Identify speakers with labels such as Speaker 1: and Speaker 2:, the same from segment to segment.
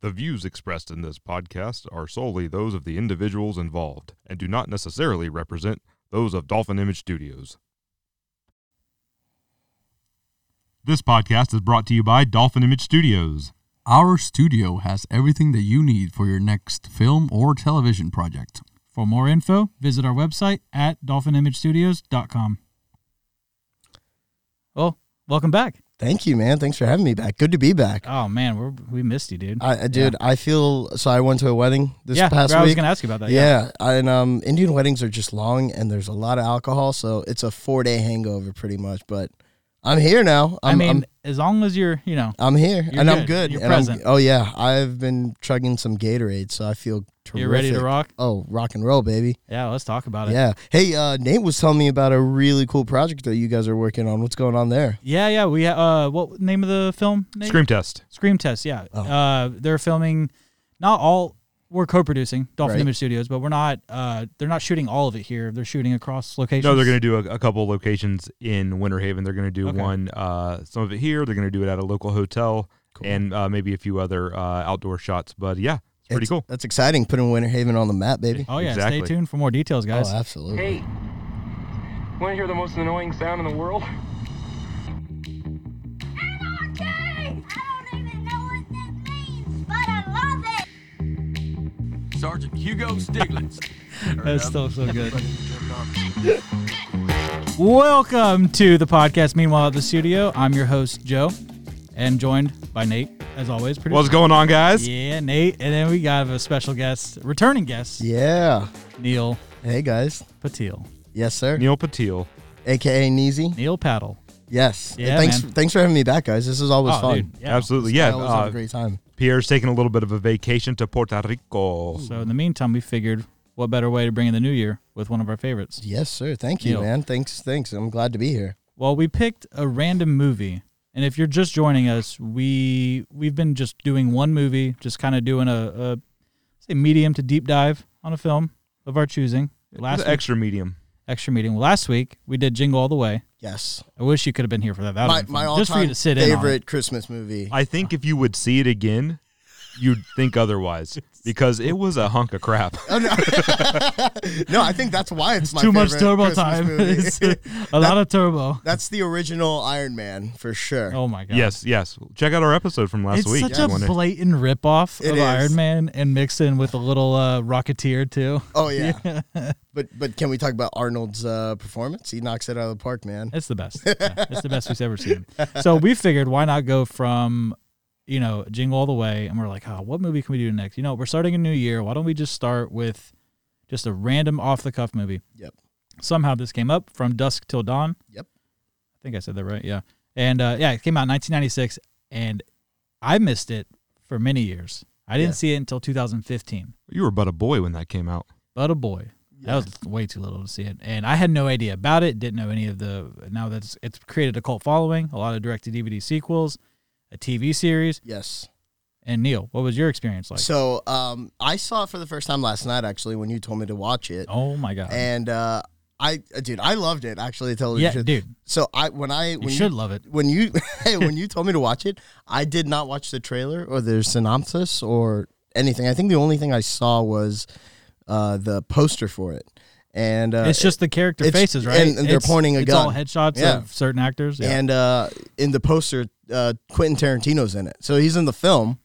Speaker 1: The views expressed in this podcast are solely those of the individuals involved and do not necessarily represent those of Dolphin Image Studios. This podcast is brought to you by Dolphin Image Studios.
Speaker 2: Our studio has everything that you need for your next film or television project.
Speaker 3: For more info, visit our website at dolphinimagestudios.com. Well, welcome back.
Speaker 4: Thank you, man. Thanks for having me back. Good to be back.
Speaker 3: Oh man, we're, we missed you, dude.
Speaker 4: I, I- dude, I feel so. I went to a wedding this
Speaker 3: yeah,
Speaker 4: past
Speaker 3: I was
Speaker 4: week.
Speaker 3: going to ask you about that. Yeah.
Speaker 4: yeah, and um, Indian weddings are just long, and there's a lot of alcohol, so it's a four day hangover pretty much. But I'm here now.
Speaker 3: i
Speaker 4: I'm,
Speaker 3: mean,
Speaker 4: I'm,
Speaker 3: as long as you're, you know,
Speaker 4: I'm here,
Speaker 3: you're good.
Speaker 4: and I'm good.
Speaker 3: You're
Speaker 4: and I'm-
Speaker 3: present.
Speaker 4: oh yeah, I've been chugging some Gatorade, so I feel terrific.
Speaker 3: you're ready to rock.
Speaker 4: Oh, rock and roll, baby.
Speaker 3: Yeah, let's talk about it.
Speaker 4: Yeah. Hey, uh, Nate was telling me about a really cool project that you guys are working on. What's going on there?
Speaker 3: Yeah, yeah. We ha- uh, what name of the film? Nate?
Speaker 1: Scream Test.
Speaker 3: Scream Test. Yeah.
Speaker 4: Oh.
Speaker 3: Uh, they're filming. Not all. We're co-producing Dolphin
Speaker 4: Right.
Speaker 3: Image Studios, but we're not. Uh, they're not shooting all of it here. They're shooting across locations.
Speaker 1: No, they're going to do a, a couple locations in Winter Haven. They're going to do
Speaker 3: Okay.
Speaker 1: one, uh, some of it here. They're going to do it at a local hotel
Speaker 4: Cool.
Speaker 1: and uh, maybe a few other uh, outdoor shots. But yeah, it's pretty cool.
Speaker 4: That's exciting. Putting Winter Haven on the map, baby.
Speaker 3: Oh yeah.
Speaker 1: Exactly.
Speaker 3: Stay tuned for more details, guys.
Speaker 4: Oh, absolutely.
Speaker 5: Hey, want to hear the most annoying sound in the world?
Speaker 6: Anarchy! I don't even know what that means, but I love it!
Speaker 7: Sergeant Hugo Stiglitz.
Speaker 3: That's still so good. Welcome to the podcast. Meanwhile, at the studio, I'm your host Joe, and joined by Nate, as always. Producer.
Speaker 1: What's going on, guys?
Speaker 3: Yeah, Nate, and then we got a special guest, returning guest,
Speaker 4: Yeah.
Speaker 3: Neil
Speaker 4: Hey guys.
Speaker 3: Patil,
Speaker 4: Yes, sir.
Speaker 1: Neil Patil.
Speaker 4: AKA Neasy.
Speaker 3: Neil Paddle.
Speaker 4: Yes.
Speaker 3: Yeah,
Speaker 4: thanks.
Speaker 3: man. Oh,
Speaker 4: Thanks for having me back, guys. This is always fun.
Speaker 3: yeah.
Speaker 1: Absolutely. Yeah.
Speaker 4: I always have
Speaker 1: uh,
Speaker 4: a great time.
Speaker 1: Pierre's taking a little bit of a vacation to Puerto Rico.
Speaker 3: So in the meantime, we figured, what better way to bring in the new year with one of our favorites?
Speaker 4: Yes, sir. Thank you,
Speaker 3: Neil.
Speaker 4: man. Thanks. Thanks. I'm glad to be here.
Speaker 3: Well, we picked a random movie, and if you're just joining us, we we've been just doing one movie, just kind of doing a, a say medium to deep dive on a film of our choosing.
Speaker 1: It's
Speaker 3: Last
Speaker 1: an
Speaker 3: week,
Speaker 1: extra medium.
Speaker 3: extra meeting. Last week we did Jingle All the Way.
Speaker 4: Yes.
Speaker 3: I wish you could have been here for that. that
Speaker 4: My,
Speaker 3: would've been
Speaker 4: my
Speaker 3: fun.
Speaker 4: all
Speaker 3: just for you
Speaker 4: time
Speaker 3: to sit in on
Speaker 4: favorite
Speaker 3: it.
Speaker 4: Christmas movie.
Speaker 1: I think if you would see it again, you'd think otherwise because it was a hunk of crap.
Speaker 4: Oh, no. no, I think that's why it's, my
Speaker 3: Too much
Speaker 4: favorite
Speaker 3: turbo
Speaker 4: Christmas
Speaker 3: time.
Speaker 4: movie.
Speaker 3: It's a a lot of turbo.
Speaker 4: that's the original Iron Man for sure.
Speaker 3: Oh my god.
Speaker 1: Yes, yes. Check out our episode from last
Speaker 3: it's
Speaker 1: week.
Speaker 3: such
Speaker 1: if you
Speaker 3: a
Speaker 1: wanna-
Speaker 3: blatant ripoff
Speaker 4: It
Speaker 3: of
Speaker 4: is.
Speaker 3: Iron Man and mixed in with a little uh, Rocketeer too.
Speaker 4: Oh yeah. but but can we talk about Arnold's uh, performance? He knocks it out of the park, man.
Speaker 3: It's the best. Yeah, it's the best we've ever seen. So we figured why not go from you know Jingle All the Way, and we're like, oh, what movie can we do next? You know, we're starting a new year. Why don't we just start with just a random off the cuff movie?
Speaker 4: Yep.
Speaker 3: Somehow this came up from Dusk Till Dawn.
Speaker 4: Yep.
Speaker 3: I think I said that right. Yeah. And uh, yeah, it came out in 1996, and I missed it for many years. I didn't
Speaker 4: Yeah.
Speaker 3: see it until 2015.
Speaker 1: you were but a boy when that came out.
Speaker 3: But a boy. That was way too little to see it. And I had no idea about it, didn't know any of the now that's it's created a cult following, a lot of direct to DVD sequels, a TV series.
Speaker 4: Yes.
Speaker 3: And Neil, what was your experience like?
Speaker 4: So um, I saw it for the first time last night, actually, when you told me to watch it.
Speaker 3: oh my god.
Speaker 4: And uh, I, dude, I loved it. Actually, to tell you
Speaker 3: yeah,
Speaker 4: the truth.
Speaker 3: dude.
Speaker 4: So I when I
Speaker 3: You
Speaker 4: when
Speaker 3: should love it.
Speaker 4: when you hey, when you told me to watch it, I did not watch the trailer or the synopsis or anything. I think the only thing I saw was uh, the poster for it, and uh,
Speaker 3: It's just the character
Speaker 4: it's-
Speaker 3: faces, right?
Speaker 4: and- and they're
Speaker 3: It's-
Speaker 4: pointing a
Speaker 3: it's all
Speaker 4: gun.
Speaker 3: headshots
Speaker 4: Yeah.
Speaker 3: of certain actors. Yeah.
Speaker 4: and uh, in the poster, uh, Quentin Tarantino's in it, so he's in the film,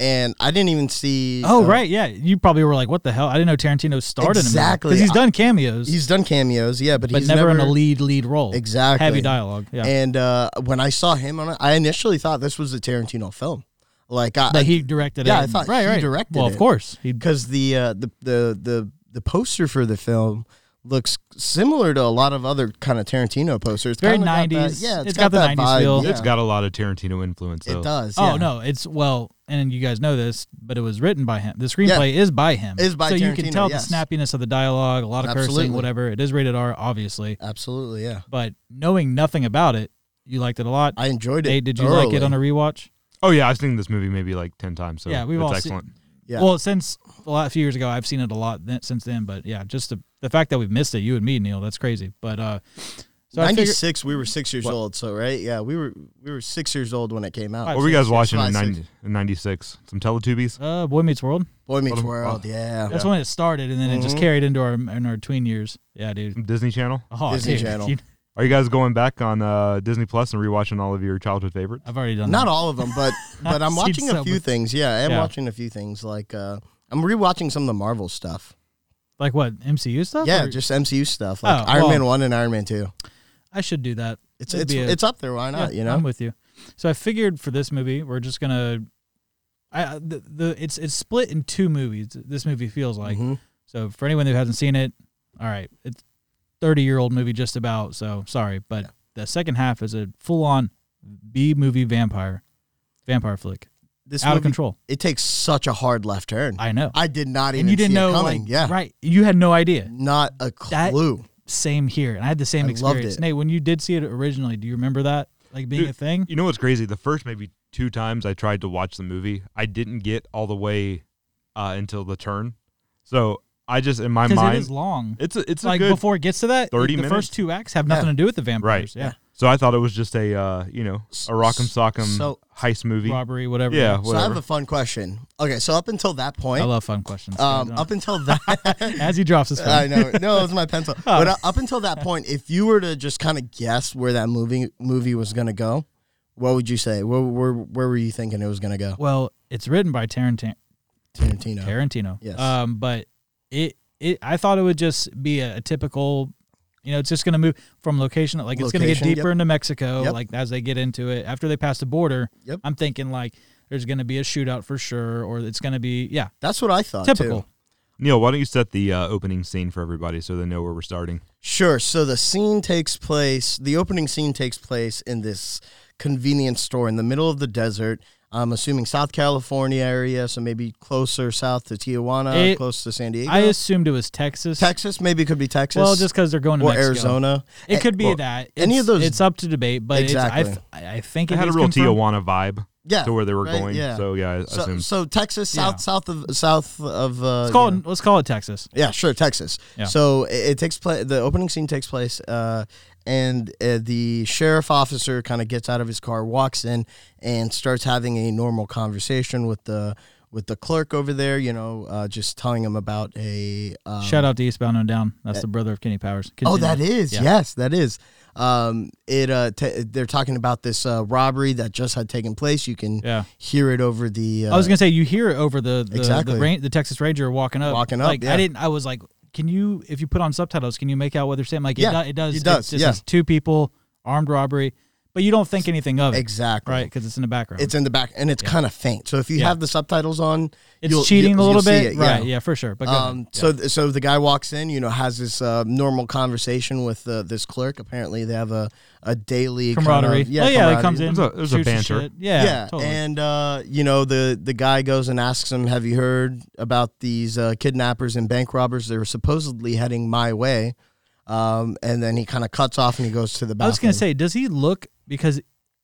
Speaker 4: and I didn't even see.
Speaker 3: oh
Speaker 4: uh,
Speaker 3: right, yeah. You probably were like, "What the hell? I didn't know Tarantino started
Speaker 4: Exactly.
Speaker 3: because he's
Speaker 4: I-
Speaker 3: done cameos,
Speaker 4: He's done cameos, yeah, but,
Speaker 3: but
Speaker 4: he's
Speaker 3: never,
Speaker 4: never
Speaker 3: in a lead lead role.
Speaker 4: Exactly.
Speaker 3: heavy dialogue. Yeah,
Speaker 4: And uh, when I saw him on it, I initially thought this was a Tarantino film. Like I,
Speaker 3: that he directed.
Speaker 4: yeah,
Speaker 3: it.
Speaker 4: I thought
Speaker 3: right,
Speaker 4: he
Speaker 3: right.
Speaker 4: directed
Speaker 3: Well, of
Speaker 4: it.
Speaker 3: course, he
Speaker 4: because the, uh, the the the the poster for the film looks similar to a lot of other kind of Tarantino posters. It's
Speaker 3: Very
Speaker 4: kinda got that-
Speaker 3: 90s.
Speaker 4: yeah,
Speaker 3: It's got the
Speaker 4: that
Speaker 3: 90s
Speaker 4: vibe,
Speaker 3: feel.
Speaker 4: yeah.
Speaker 1: It's got a lot of Tarantino influence. Though.
Speaker 4: it does.
Speaker 3: Oh
Speaker 4: yeah.
Speaker 3: no, it's well, and you guys know this, but it was written by him. The screenplay is by him.
Speaker 4: Is by
Speaker 3: so you can
Speaker 4: Tarantino,
Speaker 3: tell the
Speaker 4: yes.
Speaker 3: snappiness of the dialogue, a lot of cursing,
Speaker 4: Absolutely.
Speaker 3: whatever. It is rated R, obviously,
Speaker 4: absolutely, yeah.
Speaker 3: but knowing nothing about it, you liked it a lot.
Speaker 4: I enjoyed it.
Speaker 3: Nate, did you like it on a rewatch?
Speaker 1: Oh yeah, I've seen this movie maybe like ten times. So
Speaker 3: Yeah, we've
Speaker 1: it's
Speaker 3: all seen-
Speaker 1: excellent.
Speaker 4: Yeah.
Speaker 3: Well, since a lot a few years ago, I've seen it a lot th- since then. But yeah, just the, the fact that we've missed it, you and me, Neil, that's crazy. But uh, So I figured,
Speaker 4: 96, we were six years old, so right, yeah, we were we were six years old when it came out.
Speaker 1: What were you guys watching in,
Speaker 4: Five,
Speaker 1: 90, in 96? Some Teletubbies?
Speaker 3: uh, Boy Meets World.
Speaker 4: Boy Meets
Speaker 1: Oh,
Speaker 4: World, yeah.
Speaker 3: That's when it started, and then it just
Speaker 4: Mhm.
Speaker 3: carried into our in our tween years. Yeah, dude.
Speaker 1: Some Disney Channel?
Speaker 3: Oh,
Speaker 4: Disney
Speaker 3: dude,
Speaker 4: Channel.
Speaker 3: you-
Speaker 1: Are you guys going back on uh, Disney Plus and rewatching all of your childhood favorites?
Speaker 3: I've already done
Speaker 4: Not
Speaker 3: that.
Speaker 4: all of them, but but I'm
Speaker 3: Seen
Speaker 4: watching
Speaker 3: some.
Speaker 4: a few things. Yeah, I am
Speaker 3: Yeah.
Speaker 4: watching a few things. Like uh, I'm rewatching some of the Marvel stuff.
Speaker 3: Like what MCU stuff?
Speaker 4: Yeah,
Speaker 3: Or-
Speaker 4: just MCU stuff like
Speaker 3: Oh,
Speaker 4: Iron Man
Speaker 3: well.
Speaker 4: one and Iron Man two.
Speaker 3: I should do that.
Speaker 4: It's
Speaker 3: It'd
Speaker 4: it's
Speaker 3: be a-
Speaker 4: it's up there. Why not?
Speaker 3: Yeah,
Speaker 4: you
Speaker 3: I'm
Speaker 4: know,
Speaker 3: with you. So I figured for this movie, we're just gonna. I I- the, the it's it's split in two movies. This movie feels like
Speaker 4: Mhm.
Speaker 3: so. For anyone who hasn't seen it, all right, it's thirty year old movie just about. So sorry, but the second half is a full on B movie vampire vampire flick,
Speaker 4: this
Speaker 3: out of
Speaker 4: movie,
Speaker 3: control.
Speaker 4: It takes such a hard left turn.
Speaker 3: I know,
Speaker 4: I did not even
Speaker 3: and you didn't
Speaker 4: see
Speaker 3: know
Speaker 4: it coming.
Speaker 3: like
Speaker 4: yeah,
Speaker 3: right. You had no idea.
Speaker 4: not a
Speaker 3: That-
Speaker 4: clue.
Speaker 3: Same here, and I had the same
Speaker 4: I loved
Speaker 3: experience.
Speaker 4: it.
Speaker 3: Nate, when you did see it originally, do you remember that like being
Speaker 1: Dude,
Speaker 3: a thing?
Speaker 1: You know what's crazy? The first maybe two times I tried to watch the movie, I didn't get all the way uh, until the turn. So I just in my
Speaker 3: Because
Speaker 1: mind,
Speaker 3: it is long.
Speaker 1: it's a, it's a
Speaker 3: like
Speaker 1: good
Speaker 3: before it gets to that,
Speaker 1: 30
Speaker 3: the
Speaker 1: minutes?
Speaker 3: first two acts have nothing to do with the vampires.
Speaker 1: Right.
Speaker 3: Yeah.
Speaker 1: So I thought it was just a uh, you know a rock'em sock'em
Speaker 4: so-
Speaker 1: heist movie.
Speaker 3: Robbery, whatever.
Speaker 1: Yeah,
Speaker 4: So I have
Speaker 1: whatever.
Speaker 4: a fun question. Okay, so up until that
Speaker 3: I
Speaker 4: point,
Speaker 3: love fun questions.
Speaker 4: um,
Speaker 3: Don't-
Speaker 4: up until that,
Speaker 3: As he drops his phone.
Speaker 4: I know. No, it was my pencil. But uh, up until that point, if you were to just kind of guess where that movie movie was going to go, what would you say? Where, where where were you thinking it was going to go?
Speaker 3: Well, it's written by Tarantino.
Speaker 4: Tarantino.
Speaker 3: Tarantino.
Speaker 4: Oh. Yes.
Speaker 3: Um, but it it I thought it would just be a, a typical, you know, it's just gonna move from location. Like it's gonna get
Speaker 4: Location,
Speaker 3: deeper
Speaker 4: yep.
Speaker 3: into Mexico.
Speaker 4: Yep.
Speaker 3: Like as they get into it after they pass the border.
Speaker 4: Yep.
Speaker 3: I'm thinking like there's gonna be a shootout for sure, or it's gonna be yeah
Speaker 4: That's what I thought.
Speaker 3: typical.
Speaker 4: Uh, Too.
Speaker 1: Neil, why don't you set the uh, opening scene for everybody so they know where we're starting?
Speaker 4: Sure. So the scene takes place. The opening scene takes place in this convenience store in the middle of the desert. I'm assuming South California area, so maybe closer south to Tijuana,
Speaker 3: It-
Speaker 4: close to San Diego.
Speaker 3: I assumed it was Texas.
Speaker 4: Texas, maybe it could be Texas.
Speaker 3: Well, just because they're going to
Speaker 4: or
Speaker 3: Mexico.
Speaker 4: Arizona.
Speaker 3: It could be
Speaker 1: well,
Speaker 3: that. It's,
Speaker 4: any of those-
Speaker 3: It's up to debate, but exactly. it's,
Speaker 4: Exactly.
Speaker 3: I, th- I think it,
Speaker 1: It had a
Speaker 3: is
Speaker 1: real
Speaker 3: confirmed.
Speaker 1: Tijuana vibe
Speaker 4: Yeah,
Speaker 1: to where they were
Speaker 4: right,
Speaker 1: going.
Speaker 4: yeah.
Speaker 1: So yeah, I
Speaker 4: So,
Speaker 1: assume.
Speaker 4: so Texas,
Speaker 3: Yeah.
Speaker 4: south south of south of. Uh,
Speaker 3: Let's call
Speaker 4: you know-
Speaker 3: it. Let's call it Texas.
Speaker 4: Yeah, sure, Texas.
Speaker 3: Yeah.
Speaker 4: So it, it takes place. The opening scene takes place, uh, and uh, the sheriff officer kind of gets out of his car, walks in, and starts having a normal conversation with the with the clerk over there. You know, uh, just telling him about a. Um, eh.
Speaker 3: Shout out to Eastbound and Down. That's the brother of Kenny Powers.
Speaker 4: Oh,
Speaker 3: Continue.
Speaker 4: that is
Speaker 3: Yeah.
Speaker 4: yes, that is. Um, it uh, t- they're talking about this uh, robbery that just had taken place. You can
Speaker 3: Yeah.
Speaker 4: hear it over the. Uh,
Speaker 3: I was gonna say you hear it over the the,
Speaker 4: Exactly.
Speaker 3: the, ran- the Texas Ranger walking up.
Speaker 4: Walking up,
Speaker 3: Like I
Speaker 4: yeah.
Speaker 3: didn't. I was like, can you if you put on subtitles, can you make out what they're saying? Like
Speaker 4: Yeah,
Speaker 3: it, do- it does.
Speaker 4: it does,
Speaker 3: It's just
Speaker 4: yeah.
Speaker 3: it's two people armed robbery, but you don't think anything of it.
Speaker 4: exactly
Speaker 3: Right, because it's in the background.
Speaker 4: It's in the back, and it's kind of faint. So if you
Speaker 3: Yeah.
Speaker 4: have the subtitles on,
Speaker 3: It's
Speaker 4: you'll-
Speaker 3: cheating a
Speaker 4: you'll-
Speaker 3: little
Speaker 4: you'll see
Speaker 3: bit.
Speaker 4: it,
Speaker 3: Right. Yeah, for sure. But go ahead.
Speaker 4: Um, So, th- so the guy walks in, you know, has this uh, normal conversation with uh, this clerk. Apparently, they have a, a daily kind of-
Speaker 3: camaraderie.
Speaker 4: yeah,
Speaker 3: oh, yeah,
Speaker 4: camaraderie.
Speaker 3: it comes in.
Speaker 1: There's a- there's a
Speaker 3: shoots your
Speaker 1: banter.
Speaker 3: shit.
Speaker 4: Yeah,
Speaker 3: Yeah, totally.
Speaker 4: and uh, you know, the the guy goes and asks him, "Have you heard about these uh, kidnappers and bank robbers? They're supposedly heading my way." Um, and then he kind of cuts off and he goes to the bathroom.
Speaker 3: I was gonna say, does he look because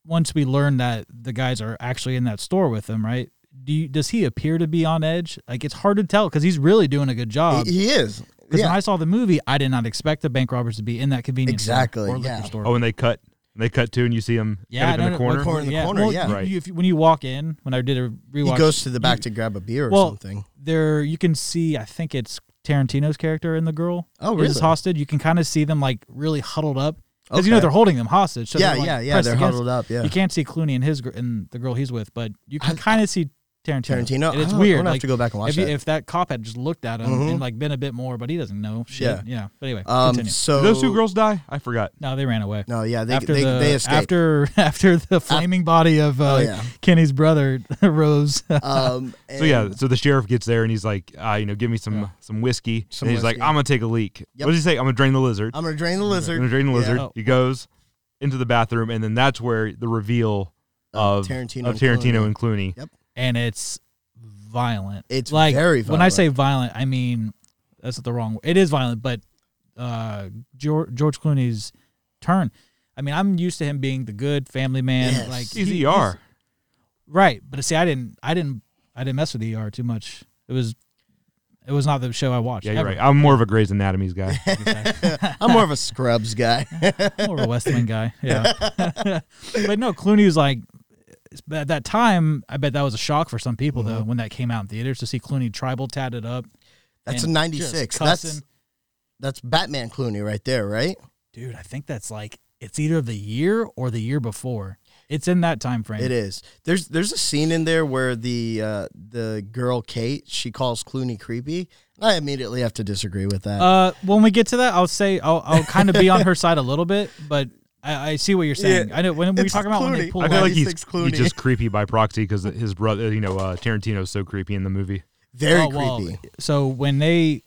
Speaker 3: once we learn that the guys are actually in that store with him, right? Do you, does he appear to be on edge? Like it's hard to tell because he's really doing a good job.
Speaker 4: he, he is.
Speaker 3: Because
Speaker 4: Yeah.
Speaker 3: when I saw the movie, I did not expect the bank robbers to be in that convenience store
Speaker 4: Exactly,
Speaker 3: or liquor
Speaker 4: yeah.
Speaker 3: store.
Speaker 1: oh, and they cut. They cut to and you see him
Speaker 3: yeah,
Speaker 1: kind of in the corner.
Speaker 4: corner. in the
Speaker 3: yeah.
Speaker 4: corner,
Speaker 3: Well,
Speaker 4: yeah.
Speaker 3: you-
Speaker 1: Right.
Speaker 3: you- if you- when you walk in, when I did a rewatch,
Speaker 4: he goes to the back
Speaker 3: you-
Speaker 4: to grab a beer or
Speaker 3: well,
Speaker 4: something.
Speaker 3: there you can see. I think it's Tarantino's character and the girl.
Speaker 4: Oh,
Speaker 3: Is
Speaker 4: really?
Speaker 3: hostage. You can kind of see them like really huddled up because you know
Speaker 4: Okay.
Speaker 3: they're holding them hostage. So
Speaker 4: yeah,
Speaker 3: they're, like,
Speaker 4: yeah, yeah.
Speaker 3: pressed
Speaker 4: They're
Speaker 3: against-
Speaker 4: huddled up. Yeah.
Speaker 3: You can't see Clooney and his gr- and the girl he's with, but you can
Speaker 4: I-
Speaker 3: kind of see Tarantino.
Speaker 4: Tarantino.
Speaker 3: And it's
Speaker 4: I don't-
Speaker 3: weird.
Speaker 4: I'm gonna have
Speaker 3: like,
Speaker 4: to go back and watch
Speaker 3: if, you-
Speaker 4: that.
Speaker 3: if that cop had just looked at him
Speaker 4: Mhm.
Speaker 3: and like been a bit more, but he doesn't know shit. Yeah.
Speaker 4: Yeah.
Speaker 3: But anyway,
Speaker 4: um,
Speaker 3: continue.
Speaker 4: so
Speaker 1: Did those two girls die? I forgot.
Speaker 3: No, they ran away.
Speaker 4: No, yeah, they
Speaker 3: after
Speaker 4: they,
Speaker 3: the
Speaker 4: they escaped. Uh,
Speaker 3: after after the flaming body of uh,
Speaker 4: Oh, yeah.
Speaker 3: Kenny's brother rose.
Speaker 4: um,
Speaker 1: So yeah,
Speaker 4: and-
Speaker 1: so the sheriff gets there and he's like, uh, you know, give me some some whiskey.
Speaker 4: Some
Speaker 1: and he's like,
Speaker 4: whiskey.
Speaker 1: I'm gonna take a leak.
Speaker 4: Yep.
Speaker 1: What does he say? I'm gonna drain the lizard.
Speaker 4: I'm gonna drain the lizard.
Speaker 1: I'm gonna drain the lizard.
Speaker 3: Oh.
Speaker 1: He goes into the bathroom and then that's where the reveal of
Speaker 4: Of
Speaker 1: of
Speaker 4: Tarantino and
Speaker 1: Tarantino
Speaker 4: Clooney.
Speaker 1: and Clooney.
Speaker 4: Yep.
Speaker 3: and it's violent.
Speaker 4: It's
Speaker 3: like
Speaker 4: very
Speaker 3: when I
Speaker 4: violent.
Speaker 3: say violent, I mean that's the wrong. It is violent, but uh, George, George Clooney's turn. I mean, I'm used to him being the good family man.
Speaker 4: Yes.
Speaker 3: Like
Speaker 1: He's
Speaker 3: he-
Speaker 1: ER.
Speaker 3: E right? But see, I didn't, I didn't, I didn't mess with ER too much. It was It was not the show I watched.
Speaker 1: Yeah, you're
Speaker 3: ever.
Speaker 1: right. I'm more of a Grey's Anatomy guy.
Speaker 4: I'm more of a Scrubs guy.
Speaker 3: more of a West Wing guy. Yeah. but no, Clooney was like, at that time, I bet that was a shock for some people,
Speaker 4: Mm-hmm.
Speaker 3: though, when that came out in theaters to see Clooney tribal tatted up.
Speaker 4: That's a
Speaker 3: and
Speaker 4: '96.
Speaker 3: just
Speaker 4: That's
Speaker 3: cussing.
Speaker 4: that's Batman Clooney right there, right?
Speaker 3: Dude, I think that's like, it's either the year or the year before. It's in that time frame.
Speaker 4: It is. There's there's a scene in there where the uh, the girl Kate she calls Clooney creepy. And I immediately have to disagree with that.
Speaker 3: Uh, when we get to that, I'll say I'll, I'll kind of be on her side a little bit, but I, I see what you're saying.
Speaker 4: Yeah.
Speaker 3: I know when we
Speaker 4: It's
Speaker 3: talk about when they
Speaker 4: Clooney.
Speaker 3: pull
Speaker 1: I
Speaker 3: out,
Speaker 1: feel like he's,
Speaker 4: 96
Speaker 1: he's
Speaker 4: Clooney.
Speaker 1: just creepy by proxy because his brother, you know, uh, Tarantino's so creepy in the movie.
Speaker 4: Very
Speaker 3: Oh, well,
Speaker 4: creepy.
Speaker 3: so when they,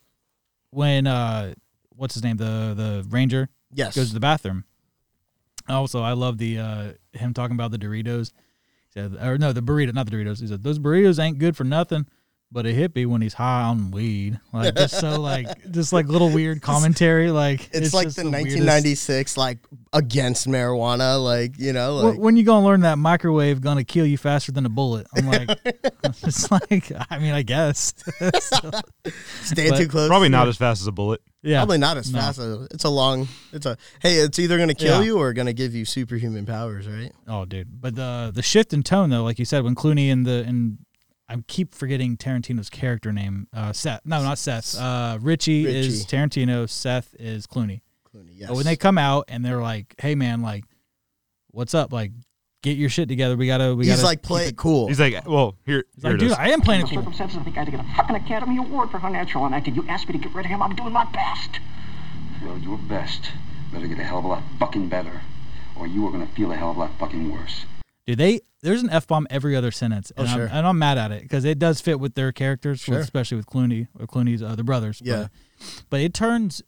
Speaker 3: when uh, what's his name, the the ranger
Speaker 4: yes.
Speaker 3: goes to the bathroom. Also, I love the uh, him talking about the Doritos. He said, or no, the burrito, not the Doritos. He said those burritos ain't good for nothing, but a hippie when he's high on weed, like just so like just like little weird commentary, like
Speaker 4: it's, like
Speaker 3: just
Speaker 4: the,
Speaker 3: weirdest-
Speaker 4: 1996 like against marijuana, like you know,
Speaker 3: Wh-
Speaker 4: like
Speaker 3: when you gonna learn that microwave gonna kill you faster than a bullet? I'm like, it's like, I mean, I guess, So,
Speaker 4: stay
Speaker 3: but
Speaker 4: too close.
Speaker 1: Probably not as fast as a bullet.
Speaker 3: yeah,
Speaker 4: Probably not as
Speaker 3: No.
Speaker 4: fast. As, it's a long. It's a hey. It's either gonna kill
Speaker 3: Yeah.
Speaker 4: you or gonna give you superhuman powers, right?
Speaker 3: Oh, dude, but the the shift in tone though, like you said, when Clooney and the and I keep forgetting Tarantino's character name. Uh, Seth, no, not Seth. Uh, Richie,
Speaker 4: Richie.
Speaker 3: is Tarantino. Seth is Clooney.
Speaker 4: Clooney, yes.
Speaker 3: But when they come out and they're like, "Hey, man, like, what's up? Like, get your shit together. We gotta, we
Speaker 4: he's
Speaker 3: gotta."
Speaker 4: like play it cool.
Speaker 1: He's like, well, here,
Speaker 3: He's
Speaker 1: here
Speaker 3: like,
Speaker 1: it
Speaker 3: dude,
Speaker 1: is.
Speaker 3: I am playing it cool.
Speaker 8: circumstances of the guy to get a fucking Academy Award for how natural and acted. You asked me to get rid of him. I'm doing my best.
Speaker 9: Well, your best better get a hell of a lot fucking better, or you are gonna feel a hell of a lot fucking worse.
Speaker 3: Dude, they there's an f bomb every other sentence, and,
Speaker 4: Oh, sure.
Speaker 3: I'm, and I'm mad at it because it does fit with their characters, with- especially with Clooney or Clooney's other brothers. but-
Speaker 4: Yeah.
Speaker 3: but, it turns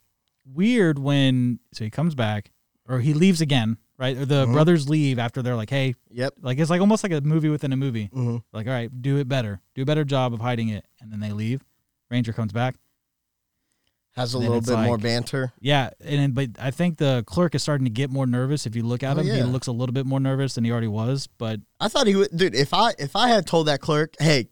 Speaker 3: weird when so he comes back or he leaves again, right? Or the
Speaker 4: Mm-hmm.
Speaker 3: brothers leave after they're like, "Hey,
Speaker 4: Yep.
Speaker 3: like it's like almost like a movie within a movie.
Speaker 4: Mhm.
Speaker 3: Like, all right, do it better, do a better job of hiding it," and then they leave. Ranger comes back,
Speaker 4: Has a
Speaker 3: Then
Speaker 4: little
Speaker 3: it's
Speaker 4: bit more
Speaker 3: like-
Speaker 4: banter.
Speaker 3: yeah, and but I think the clerk is starting to get more nervous. If you look at
Speaker 4: Oh,
Speaker 3: him, he
Speaker 4: yeah.
Speaker 3: looks a little bit more nervous than he already was, but
Speaker 4: I thought he would, dude. If I if I had told that clerk, hey,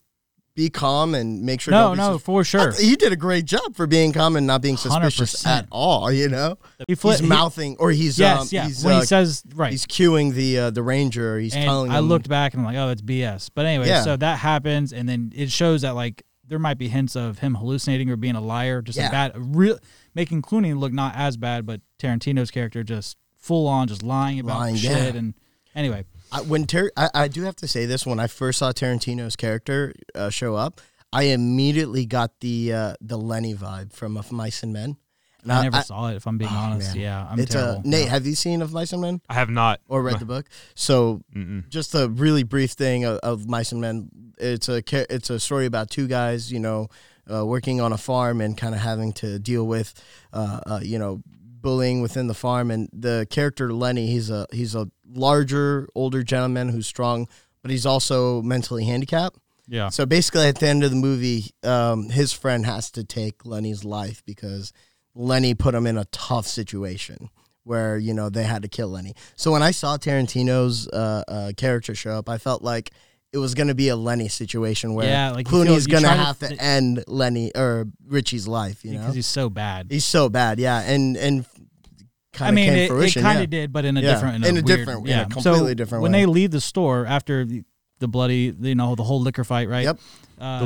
Speaker 4: be calm and make sure.
Speaker 3: no,
Speaker 4: don't be
Speaker 3: no,
Speaker 4: sus-"
Speaker 3: for sure.
Speaker 4: I- he did a great job for being calm and not being suspicious
Speaker 3: 100%.
Speaker 4: at all. You know,
Speaker 3: He fli-
Speaker 4: he's
Speaker 3: he-
Speaker 4: mouthing or he's
Speaker 3: Yes,
Speaker 4: um,
Speaker 3: yeah.
Speaker 4: he's,
Speaker 3: when
Speaker 4: uh,
Speaker 3: he says right,
Speaker 4: he's cueing the uh, the ranger. He's
Speaker 3: and
Speaker 4: telling.
Speaker 3: I
Speaker 4: him-
Speaker 3: looked back and I'm like, oh, that's BS. But anyway,
Speaker 4: Yeah.
Speaker 3: so that happens, and then it shows that like there might be hints of him hallucinating or being a liar, just
Speaker 4: Yeah.
Speaker 3: a bad, real making Clooney look not as bad, but Tarantino's character just full on just lying about
Speaker 4: Lying,
Speaker 3: shit.
Speaker 4: yeah.
Speaker 3: And anyway,
Speaker 4: I, when Ter- I, I do have to say this when I first saw Tarantino's character uh, show up, I immediately got the uh, the Lenny vibe from Of Mice and Men. And
Speaker 3: I never saw it. If I'm being honest,
Speaker 4: Oh, man.
Speaker 3: yeah, I'm
Speaker 4: it's
Speaker 3: terrible.
Speaker 4: a Nate. Have you seen Of Mice and Men?
Speaker 1: I have not.
Speaker 4: or read the book. So just a really brief thing of, of Mice and Men. It's a ca- it's a story about two guys, you know, uh, working on a farm and kind of having to deal with, uh, uh, you know, bullying within the farm. And the character Lenny, he's a he's a larger, older gentleman who's strong, but he's also mentally handicapped.
Speaker 3: yeah,
Speaker 4: So basically, at the end of the movie, um, his friend has to take Lenny's life because Lenny put him in a tough situation where you know they had to kill Lenny. So when I saw Tarantino's uh, uh, character show up, I felt like it was going to be a Lenny situation where
Speaker 3: Yeah, like, you feel-
Speaker 4: Clooney's
Speaker 3: you
Speaker 4: going to
Speaker 3: try to
Speaker 4: have to
Speaker 3: th-
Speaker 4: end Lenny or Richie's life. You know,
Speaker 3: because
Speaker 4: he's,
Speaker 3: he's so bad.
Speaker 4: so bad. Yeah, and and kind
Speaker 3: I
Speaker 4: of
Speaker 3: mean,
Speaker 4: came
Speaker 3: it,
Speaker 4: fruition.
Speaker 3: kind of
Speaker 4: yeah.
Speaker 3: did, but in a
Speaker 4: Yeah,
Speaker 3: different, in a,
Speaker 4: in a
Speaker 3: weird-
Speaker 4: different- in a
Speaker 3: yeah,
Speaker 4: completely
Speaker 3: so
Speaker 4: different
Speaker 3: When
Speaker 4: way.
Speaker 3: they leave the store after the, the bloody, you know, the whole liquor fight, right?
Speaker 4: Yep.
Speaker 3: Uh,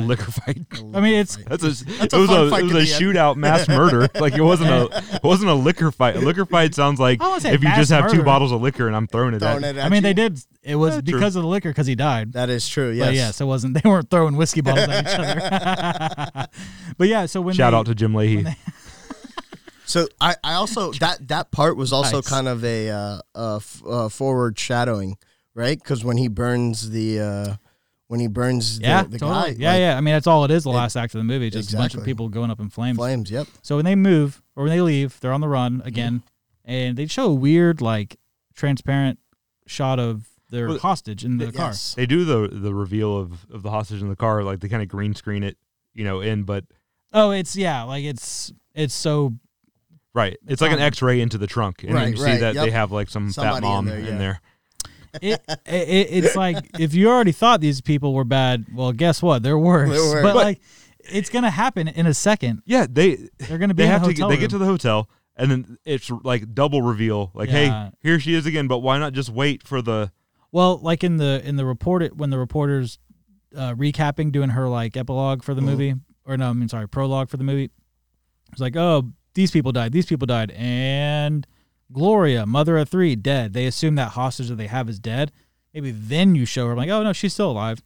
Speaker 1: The liquor fight.
Speaker 3: I mean, it's
Speaker 1: That's a,
Speaker 4: a
Speaker 1: it was
Speaker 4: fun
Speaker 1: a,
Speaker 4: fight
Speaker 1: it was
Speaker 4: to
Speaker 1: a
Speaker 4: be in.
Speaker 1: shootout mass murder. Like it wasn't a it wasn't a liquor fight. A liquor fight sounds like
Speaker 3: I wouldn't say
Speaker 1: if you
Speaker 3: mass
Speaker 1: just have two
Speaker 3: murder.
Speaker 1: bottles of liquor and I'm throwing it
Speaker 4: Throwing
Speaker 1: at
Speaker 4: it
Speaker 1: you.
Speaker 4: at
Speaker 3: I mean,
Speaker 4: you.
Speaker 3: they did. It was
Speaker 1: Yeah, true.
Speaker 3: because of the liquor because he died.
Speaker 4: That is true. Yes.
Speaker 3: But yes, it wasn't. They weren't throwing whiskey bottles at each other. but yeah, so when
Speaker 1: Shout
Speaker 3: they,
Speaker 1: out to Jim Leahy.
Speaker 4: So I, I also that that part was also
Speaker 3: Nice.
Speaker 4: kind of a uh, uh, f- uh, forward shadowing, right? Because when he burns the uh, when he burns the,
Speaker 3: yeah,
Speaker 4: the
Speaker 3: totally.
Speaker 4: guy,
Speaker 3: yeah,
Speaker 4: like,
Speaker 3: yeah. I mean, that's all it is. The last act of the movie, just a bunch of
Speaker 4: Exactly.
Speaker 3: people going up in flames.
Speaker 4: flames. Mm-hmm. Yep,
Speaker 3: So when they move or when they leave, they're on the run again, and they show a weird, like, transparent shot of their
Speaker 1: Well,
Speaker 3: hostage in the car.
Speaker 4: Yes.
Speaker 1: They do the the reveal of, of the hostage in the car, like they kind of green screen it, you know, in but
Speaker 3: Oh, it's yeah, like it's it's so
Speaker 1: right. It's like an
Speaker 3: Fine.
Speaker 1: X ray into the trunk. And
Speaker 4: Right,
Speaker 1: you see
Speaker 4: right,
Speaker 1: that they
Speaker 4: yep.
Speaker 1: have like some
Speaker 4: Somebody
Speaker 1: fat
Speaker 4: in
Speaker 1: mom in
Speaker 4: there,
Speaker 1: there.
Speaker 4: yeah.
Speaker 3: it, it it's like if you already thought these people were bad, well, guess what? They're worse.
Speaker 4: They're worse.
Speaker 3: But like it's gonna happen in a second.
Speaker 1: Yeah, they
Speaker 3: They're gonna be
Speaker 1: they
Speaker 3: in
Speaker 1: have
Speaker 3: a
Speaker 1: to get,
Speaker 3: hotel
Speaker 1: they get to
Speaker 3: room.
Speaker 1: the hotel and then it's like double reveal. Like,
Speaker 3: Yeah.
Speaker 1: hey, here she is again. But why not just wait for the
Speaker 3: Well, like in the in the report, it, when the reporter's uh, recapping, doing her like epilogue for the movie, or no, I mean sorry, prologue for the movie. It's like, oh, these people died, these people died, and Gloria, mother of three, dead. They assume that hostage that they have is dead. Maybe then you show her like, oh no, she's still alive.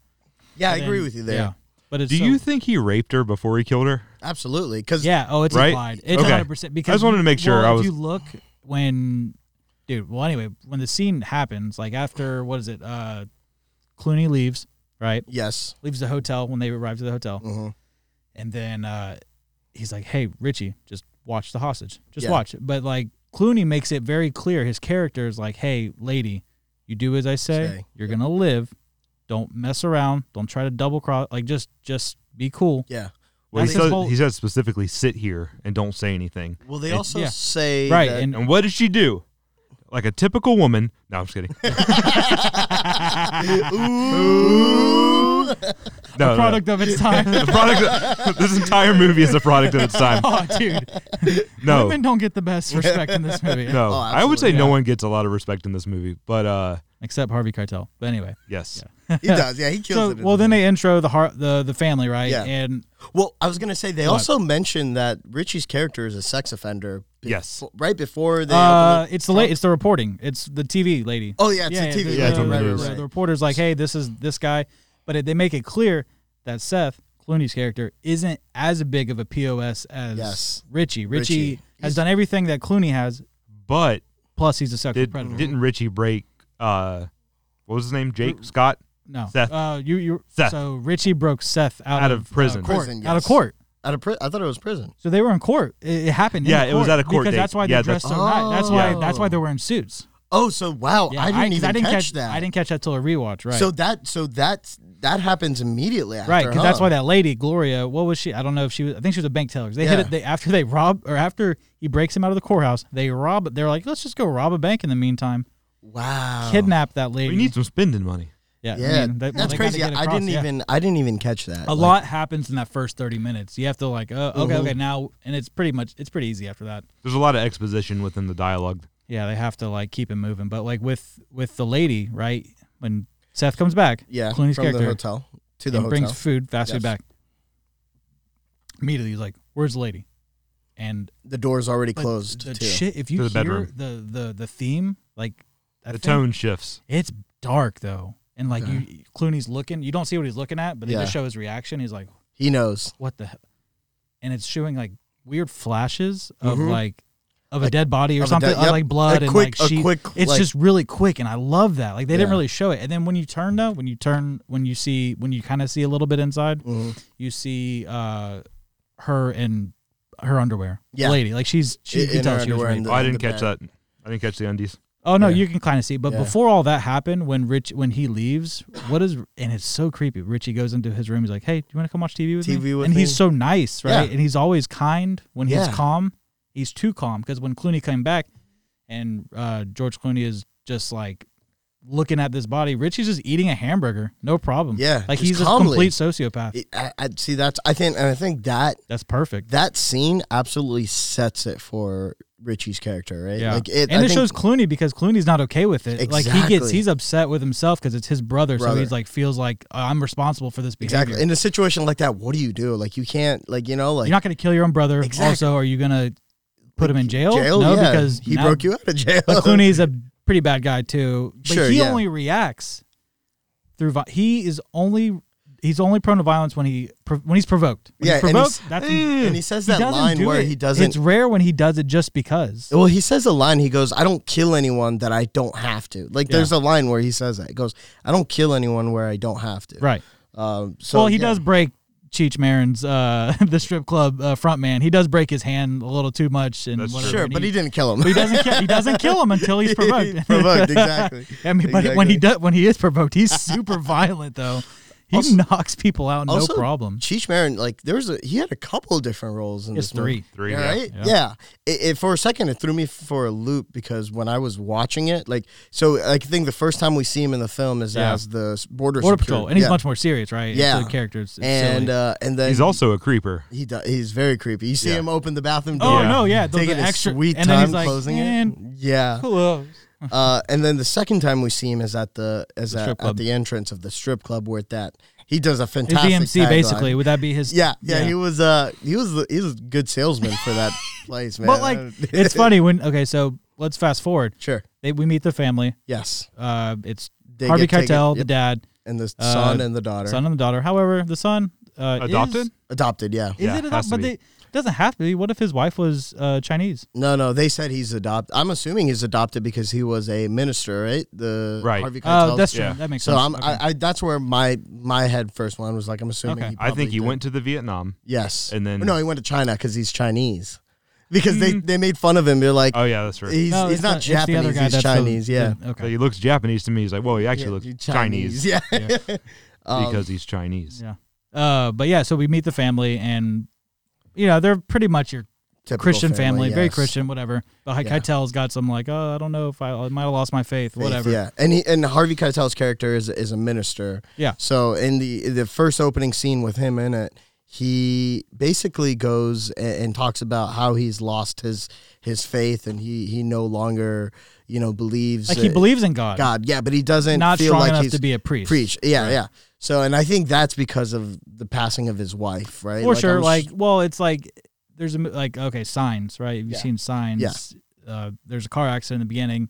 Speaker 4: Yeah, I
Speaker 3: And
Speaker 4: agree
Speaker 3: then-
Speaker 4: with you there.
Speaker 3: Yeah, but it's
Speaker 1: Do
Speaker 3: so-
Speaker 1: you think he raped her before he killed her?
Speaker 4: Absolutely, because
Speaker 3: Yeah. Oh, it's
Speaker 1: Right?
Speaker 3: implied. It's
Speaker 1: Okay.
Speaker 3: 100 percent because
Speaker 1: wanted to make sure
Speaker 3: well,
Speaker 1: I
Speaker 3: if
Speaker 1: was-
Speaker 3: you look when, dude. Well, anyway, when the scene happens, like after what is it? Uh, Clooney leaves, right?
Speaker 4: yes,
Speaker 3: Leaves the hotel when they arrive to the hotel,
Speaker 4: Mhm.
Speaker 3: and then uh, he's like, "Hey, Richie, just watch the hostage. Just
Speaker 4: Yeah.
Speaker 3: watch it." But like Clooney makes it very clear, his character is like, "Hey, lady, you do as I say.
Speaker 4: Say.
Speaker 3: You're gonna live. Don't mess around. Don't try to double cross. Like just, just be cool."
Speaker 4: yeah.
Speaker 1: Well, he
Speaker 3: That's his
Speaker 1: says,
Speaker 3: whole-
Speaker 1: he says specifically, sit here and don't say anything.
Speaker 4: Well, they
Speaker 1: It-
Speaker 4: also
Speaker 3: yeah.
Speaker 4: say
Speaker 3: Right,
Speaker 4: that-
Speaker 3: and
Speaker 1: And what did she do? Like a typical woman. No, I'm just kidding.
Speaker 4: Ooh.
Speaker 1: No, no, no.
Speaker 3: product of its time.
Speaker 1: The product. of- this entire movie is a product of its time.
Speaker 3: Oh, dude.
Speaker 1: No,
Speaker 3: Women don't get the best respect in this movie.
Speaker 1: no.
Speaker 4: Oh,
Speaker 1: I would say no
Speaker 3: yeah.
Speaker 1: one gets a lot of respect in this movie, but uh,
Speaker 3: Except Harvey Keitel. But anyway.
Speaker 1: yes,
Speaker 4: he does. Yeah, he kills
Speaker 3: So,
Speaker 4: it. in
Speaker 3: well,
Speaker 4: the
Speaker 3: then they intro the har- the the family, right?
Speaker 4: Yeah.
Speaker 3: And
Speaker 4: Well, I was gonna say they
Speaker 3: What?
Speaker 4: also mentioned that Richie's character is a sex offender. be-
Speaker 1: Yes.
Speaker 4: right before they.
Speaker 3: uh,
Speaker 4: opened
Speaker 3: it's the la- it's the reporting. It's the TV lady.
Speaker 4: Oh, yeah, it's the TV
Speaker 1: Yeah,
Speaker 3: the,
Speaker 1: it's on the
Speaker 3: the-
Speaker 1: news.
Speaker 3: the- the reporter's like, "Hey, this is this guy," but it, they make it clear that Seth Clooney's character isn't as big of a POS as
Speaker 4: Yes.
Speaker 3: Richie. Richie.
Speaker 4: Richie.
Speaker 3: has done everything that Clooney has.
Speaker 1: but
Speaker 3: Plus, he's a sexual
Speaker 1: did
Speaker 3: predator.
Speaker 1: didn't Richie break? Uh, what was his name? Jake Scott
Speaker 3: no,
Speaker 1: Seth.
Speaker 3: Uh, you you.
Speaker 1: Seth.
Speaker 3: So Richie broke Seth out,
Speaker 1: Out of
Speaker 3: uh,
Speaker 1: prison.
Speaker 3: court,
Speaker 4: Prison,
Speaker 3: Out of
Speaker 4: yes.
Speaker 3: court.
Speaker 4: the- out of pri- I thought it was prison.
Speaker 3: So they were in court. It, it happened. in
Speaker 1: Yeah,
Speaker 3: the
Speaker 1: it was at a court
Speaker 3: because
Speaker 1: date.
Speaker 3: that's why
Speaker 1: Yeah,
Speaker 3: they dressed so
Speaker 1: that's-
Speaker 3: nice. That's why.
Speaker 4: Oh.
Speaker 3: That's why they're wearing suits.
Speaker 4: Oh, so wow,
Speaker 3: Yeah,
Speaker 4: I didn't
Speaker 3: 'cause
Speaker 4: even
Speaker 3: didn't
Speaker 4: catch, that.
Speaker 3: I didn't catch that till a rewatch. Right.
Speaker 4: So that so that's that happens immediately after.
Speaker 3: right, because that's
Speaker 4: huh?
Speaker 3: why that lady Gloria, what was she? I don't know if she was. I think she was a bank teller. 'Cause They hit
Speaker 4: Yeah.
Speaker 3: it. They after they rob or after he breaks him out of the courthouse, they rob. They're like, let's just go rob a bank in the meantime.
Speaker 4: Wow.
Speaker 3: Kidnap that lady.
Speaker 1: We need some spending money.
Speaker 3: yeah, I
Speaker 4: Oh. Yeah,
Speaker 3: mean, they- well,
Speaker 4: that's
Speaker 3: they gotta
Speaker 4: crazy.
Speaker 3: get
Speaker 4: I
Speaker 3: across,
Speaker 4: didn't
Speaker 3: yeah.
Speaker 4: even I didn't even catch that.
Speaker 3: A lot happens in that first thirty minutes. You have to like, uh,
Speaker 4: Mm-hmm.
Speaker 3: okay, okay, now, and it's pretty much it's pretty easy after that.
Speaker 1: There's a lot of exposition within the dialogue.
Speaker 3: Yeah, they have to like keep it moving. But like with with the lady, right? When Seth comes back,
Speaker 4: Yeah,
Speaker 3: Clooney's
Speaker 4: from
Speaker 3: character
Speaker 4: the hotel to the
Speaker 3: and
Speaker 4: hotel.
Speaker 3: brings food, fast food
Speaker 4: Yes.
Speaker 3: back. Immediately, he's like, "Where's the lady?" And
Speaker 4: the door's already
Speaker 3: but
Speaker 4: closed.
Speaker 3: The
Speaker 4: too.
Speaker 3: shit, if you
Speaker 1: To the
Speaker 3: hear
Speaker 1: bedroom.
Speaker 3: the the the theme, like I
Speaker 1: The
Speaker 3: think
Speaker 1: tone shifts.
Speaker 3: it's dark though, and like you, Clooney's looking, you don't see what he's looking at, but they
Speaker 4: Yeah.
Speaker 3: just show his reaction. He's like,
Speaker 4: He knows.
Speaker 3: "What the?" hell? And it's showing like weird flashes of
Speaker 4: Mhm.
Speaker 3: like. Of a
Speaker 4: Like,
Speaker 3: dead body or
Speaker 4: of a
Speaker 3: something,
Speaker 4: dead-
Speaker 3: uh,
Speaker 4: yep.
Speaker 3: like blood
Speaker 4: A
Speaker 3: and
Speaker 4: quick-
Speaker 3: like
Speaker 4: a
Speaker 3: sheet.
Speaker 4: quick,
Speaker 3: it's
Speaker 4: like-
Speaker 3: just really quick, and I love that. Like they didn't
Speaker 4: Yeah.
Speaker 3: really show it. And then when you turn though, when you turn, when you see, when you kind of see a little bit inside,
Speaker 4: Mhm.
Speaker 3: you see uh her in her underwear.
Speaker 4: Yeah.
Speaker 3: lady. Like she's she
Speaker 4: In-
Speaker 3: you can
Speaker 4: in
Speaker 3: tell
Speaker 4: her
Speaker 3: she was
Speaker 4: underwear and
Speaker 3: raped.
Speaker 1: Oh, I
Speaker 4: the-
Speaker 1: didn't
Speaker 4: the
Speaker 1: catch that. I didn't catch the undies.
Speaker 3: Oh no,
Speaker 4: Yeah.
Speaker 3: you can kind of see. But
Speaker 4: Yeah.
Speaker 3: before all that happened, when Rich when he leaves, what is and it's so creepy. Richie goes into his room. He's like, "Hey, do you want to come watch TV with me?"
Speaker 4: TV with
Speaker 3: and
Speaker 4: me?
Speaker 3: he's so nice, right?
Speaker 4: Yeah.
Speaker 3: And he's always kind when he's
Speaker 4: Yeah.
Speaker 3: calm. He's too calm because when Clooney came back, and uh, George Clooney is just like looking at this body. Richie's just eating a hamburger, no problem.
Speaker 4: Yeah,
Speaker 3: like
Speaker 4: just
Speaker 3: he's a
Speaker 4: calmly.
Speaker 3: complete sociopath.
Speaker 4: It- I, I see. That's I think, and I think that
Speaker 3: That's perfect.
Speaker 4: that scene absolutely sets it for Richie's character, right?
Speaker 3: Yeah,
Speaker 4: Like it,
Speaker 3: and
Speaker 4: I
Speaker 3: it
Speaker 4: think-
Speaker 3: shows Clooney because Clooney's not okay with it. Like he gets,
Speaker 4: Exactly.
Speaker 3: he's upset with himself because it's his brother, so
Speaker 4: Brother.
Speaker 3: he's like feels like "Oh, I'm responsible for this behavior.
Speaker 4: exactly in a situation like that. What do you do? Like you can't, like you know, like
Speaker 3: You're not going to kill your own brother.
Speaker 4: Exactly.
Speaker 3: Also, are you going to put him in jail?
Speaker 4: jail.
Speaker 3: no,
Speaker 4: yeah.
Speaker 3: because
Speaker 4: he
Speaker 3: now-
Speaker 4: broke you out of jail.
Speaker 3: But Clooney's a pretty bad guy too. But
Speaker 4: Sure,
Speaker 3: he
Speaker 4: yeah.
Speaker 3: only reacts through. Vi- he is only he's only prone to violence when he pro- when he's provoked. When
Speaker 4: Yeah,
Speaker 3: he's
Speaker 4: and
Speaker 3: provoked.
Speaker 4: he's-
Speaker 3: that's
Speaker 4: and he says that
Speaker 3: doesn't
Speaker 4: line
Speaker 3: do
Speaker 4: where
Speaker 3: it.
Speaker 4: he doesn't-
Speaker 3: It's rare when he does it just because.
Speaker 4: Well, he says a line. He goes, "I don't kill anyone that I don't have to." Like there's a line where he says that. He goes, "I don't kill anyone where I don't have to."
Speaker 3: Right.
Speaker 4: Um, so
Speaker 3: well, he
Speaker 4: yeah.
Speaker 3: does break Cheech Marin's uh, the strip club uh, front man. He does break his hand a little too much, and
Speaker 1: That's
Speaker 3: whatever,
Speaker 4: Sure,
Speaker 3: and
Speaker 4: but he, didn't kill him.
Speaker 3: but he doesn't. Kill, he doesn't kill him until he's provoked.
Speaker 4: Provoked, exactly.
Speaker 3: I mean, but when he
Speaker 4: Exactly.
Speaker 3: does, when he is provoked, he's super violent though. He
Speaker 4: Also-
Speaker 3: knocks people out no
Speaker 4: also,
Speaker 3: problem.
Speaker 4: Cheech Marin, like there was a he had a couple of different roles in
Speaker 3: It's
Speaker 4: this movie.
Speaker 1: Three,
Speaker 3: three.
Speaker 4: Yeah,
Speaker 1: yeah.
Speaker 4: right?
Speaker 3: Yeah.
Speaker 4: Yeah. It, it- for a second, it threw me for a loop because when I was watching it, like, so I think the first time we see him in the film is
Speaker 3: Yeah.
Speaker 4: as the s- border
Speaker 3: Border
Speaker 4: security.
Speaker 3: Patrol, and he's
Speaker 4: yeah.
Speaker 3: much more serious, right?
Speaker 4: Yeah.
Speaker 3: it's a character. It's, it's
Speaker 4: and
Speaker 3: silly.
Speaker 4: uh, and then
Speaker 1: He's also a creeper.
Speaker 4: he do, he's very creepy. You see
Speaker 1: Yeah.
Speaker 4: him open the bathroom door.
Speaker 3: oh
Speaker 1: yeah.
Speaker 3: no, yeah, the,
Speaker 4: Taking
Speaker 3: the
Speaker 4: his
Speaker 3: extra
Speaker 4: sweet
Speaker 3: and
Speaker 4: time
Speaker 3: then he's like,
Speaker 4: closing
Speaker 3: "Man,
Speaker 4: it. Yeah.
Speaker 3: hello."
Speaker 4: Uh, and then the second time we see him is at the is
Speaker 3: The
Speaker 4: at,
Speaker 3: strip
Speaker 4: at
Speaker 3: club.
Speaker 4: the entrance of the strip club where that he does a
Speaker 3: His
Speaker 4: fantastic
Speaker 3: DMC
Speaker 4: tagline.
Speaker 3: basically. Would that be his?
Speaker 4: Yeah, yeah, he was uh he was the- he was a good salesman for that place, man.
Speaker 3: But like, it's funny when okay. So let's fast forward.
Speaker 4: sure,
Speaker 3: They, we meet the family.
Speaker 4: yes,
Speaker 3: Uh, it's
Speaker 4: They
Speaker 3: Harvey
Speaker 4: get taken-
Speaker 3: Keitel, the
Speaker 4: yep.
Speaker 3: dad,
Speaker 4: and the
Speaker 3: Uh,
Speaker 4: son and the daughter
Speaker 3: son, and the daughter. However, the son uh, is-
Speaker 1: Adopted?
Speaker 4: adopted. Yeah,
Speaker 3: Is
Speaker 1: Yeah,
Speaker 3: it
Speaker 1: has
Speaker 3: adopted?
Speaker 1: to
Speaker 3: But
Speaker 1: be.
Speaker 3: they, it doesn't have to be. What if his wife was uh, Chinese?
Speaker 4: no, no, they said he's adopted. I'm assuming he's adopted because he was a minister, right? The
Speaker 1: Right.
Speaker 4: Harvey Keitel.
Speaker 3: Oh, that's true.
Speaker 1: Yeah.
Speaker 3: That makes
Speaker 4: so
Speaker 3: sense.
Speaker 4: I'm I, I that's where my my head first one was like I'm assuming
Speaker 3: Okay.
Speaker 4: he
Speaker 1: I
Speaker 4: probably
Speaker 1: think he
Speaker 4: did.
Speaker 1: went to the Vietnam.
Speaker 4: yes
Speaker 1: and then-
Speaker 4: no he went to China because he's Chinese because they they made fun of him they're like
Speaker 1: Oh yeah, that's right.
Speaker 4: he's,
Speaker 3: No,
Speaker 4: he's
Speaker 3: it's
Speaker 4: not,
Speaker 3: it's the other
Speaker 4: Japanese
Speaker 3: guy
Speaker 4: he's
Speaker 3: that's the-
Speaker 4: Chinese yeah
Speaker 3: the-
Speaker 1: So
Speaker 3: okay.
Speaker 1: he looks Japanese to me. He's like, well, he actually
Speaker 4: Yeah,
Speaker 1: looks
Speaker 4: he's Um,
Speaker 1: Chinese,
Speaker 4: yeah
Speaker 1: because he's Chinese.
Speaker 3: Yeah. Uh, but yeah, so we meet the family, and you know they're pretty much your
Speaker 4: Typical
Speaker 3: Christian family, very
Speaker 4: yes.
Speaker 3: Christian, whatever. But
Speaker 4: Yeah.
Speaker 3: Keitel's got some like, oh, I don't know if I, I might have lost my faith,
Speaker 4: faith,
Speaker 3: whatever.
Speaker 4: Yeah, and he, and Harvey Keitel's character is is a minister.
Speaker 3: Yeah.
Speaker 4: So in the the first opening scene with him in it, he basically goes a- and, talks about how he's lost his his faith and he he no longer you know believes
Speaker 3: Like he
Speaker 4: uh,
Speaker 3: believes in God,
Speaker 4: God. Yeah, but he doesn't
Speaker 3: not
Speaker 4: feel
Speaker 3: strong
Speaker 4: like
Speaker 3: enough
Speaker 4: he's
Speaker 3: to be a priest.
Speaker 4: preach. Yeah, yeah. So and I think that's because of the passing of his wife, right?
Speaker 3: for
Speaker 4: I'm
Speaker 3: sure.
Speaker 4: s-
Speaker 3: Like, well, it's like there's a mo- like okay signs, right? You've seen signs. Uh, there's a car accident in the beginning.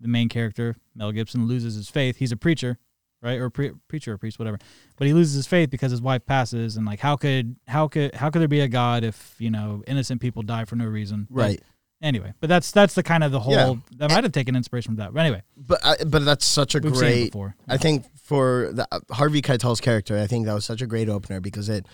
Speaker 3: The main character Mel Gibson loses his faith. He's a preacher, right? Or pre- preacher or priest, whatever. But he loses his faith because his wife passes, and like how could how could how could there be a God if you know innocent people die for no reason? But
Speaker 4: right.
Speaker 3: anyway, but that's that's the kind of the whole.
Speaker 4: Yeah.
Speaker 3: I might have taken inspiration from that. But anyway,
Speaker 4: But I, but that's such a
Speaker 3: We've seen it
Speaker 4: great.
Speaker 3: before.
Speaker 4: I think for the, uh, Harvey Keitel's character, I think that was such a great opener because it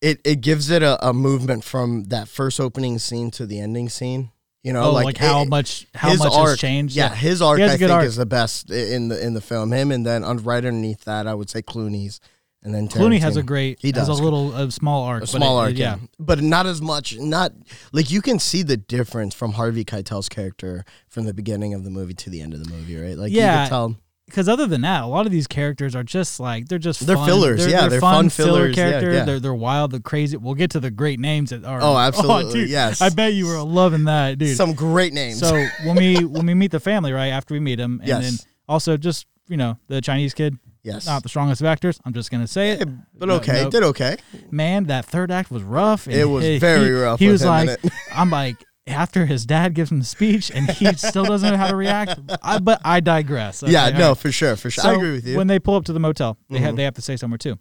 Speaker 4: it it gives it a, a movement from that first opening scene to the ending scene. You know,
Speaker 3: oh, like, how
Speaker 4: it-
Speaker 3: much how
Speaker 4: his
Speaker 3: much
Speaker 4: arc-
Speaker 3: has changed?
Speaker 4: Yeah, his arc
Speaker 3: He has a
Speaker 4: I
Speaker 3: good
Speaker 4: think
Speaker 3: arc.
Speaker 4: is the best i- in the in the film. Him and then on, right underneath that, I would say Clooney's, and then
Speaker 3: Clooney has a
Speaker 4: Tarantino.
Speaker 3: great.
Speaker 4: He does
Speaker 3: has a little a small arc.
Speaker 4: a
Speaker 3: but
Speaker 4: small
Speaker 3: it-
Speaker 4: arc,
Speaker 3: yeah.
Speaker 4: yeah. but not as much. Not like you can see the difference from Harvey Keitel's character from the beginning of the movie to the end of the movie, right? Like you
Speaker 3: Yeah.
Speaker 4: can tell.
Speaker 3: because other than that, a lot of these characters are just like they're just
Speaker 4: They're
Speaker 3: fun.
Speaker 4: fillers, yeah, they're fun
Speaker 3: filler
Speaker 4: fillers, yeah,
Speaker 3: character.
Speaker 4: yeah.
Speaker 3: They're they're wild, they're crazy. We'll get to the great names that are.
Speaker 4: Oh, absolutely,
Speaker 3: dude,
Speaker 4: yes.
Speaker 3: I bet you were loving that, dude.
Speaker 4: Some great names.
Speaker 3: so when we when we meet the family, right after we meet him, and
Speaker 4: Yes.
Speaker 3: then also just you know the Chinese kid,
Speaker 4: yes,
Speaker 3: not the strongest of actors. I'm just gonna say it,
Speaker 4: but
Speaker 3: No,
Speaker 4: okay,
Speaker 3: no.
Speaker 4: did okay.
Speaker 3: man, that third act was rough. and
Speaker 4: It was
Speaker 3: he-
Speaker 4: very
Speaker 3: he-
Speaker 4: rough
Speaker 3: He
Speaker 4: with
Speaker 3: was
Speaker 4: him in
Speaker 3: like,
Speaker 4: it.
Speaker 3: I'm like, after his dad gives him the speech, and he still doesn't know how to react. I, but I digress.
Speaker 4: yeah,
Speaker 3: Okay, all
Speaker 4: no,
Speaker 3: right.
Speaker 4: for sure, for sure.
Speaker 3: So
Speaker 4: I agree with you. Mm-hmm.
Speaker 3: When they pull up to the motel, they have they have to say somewhere too.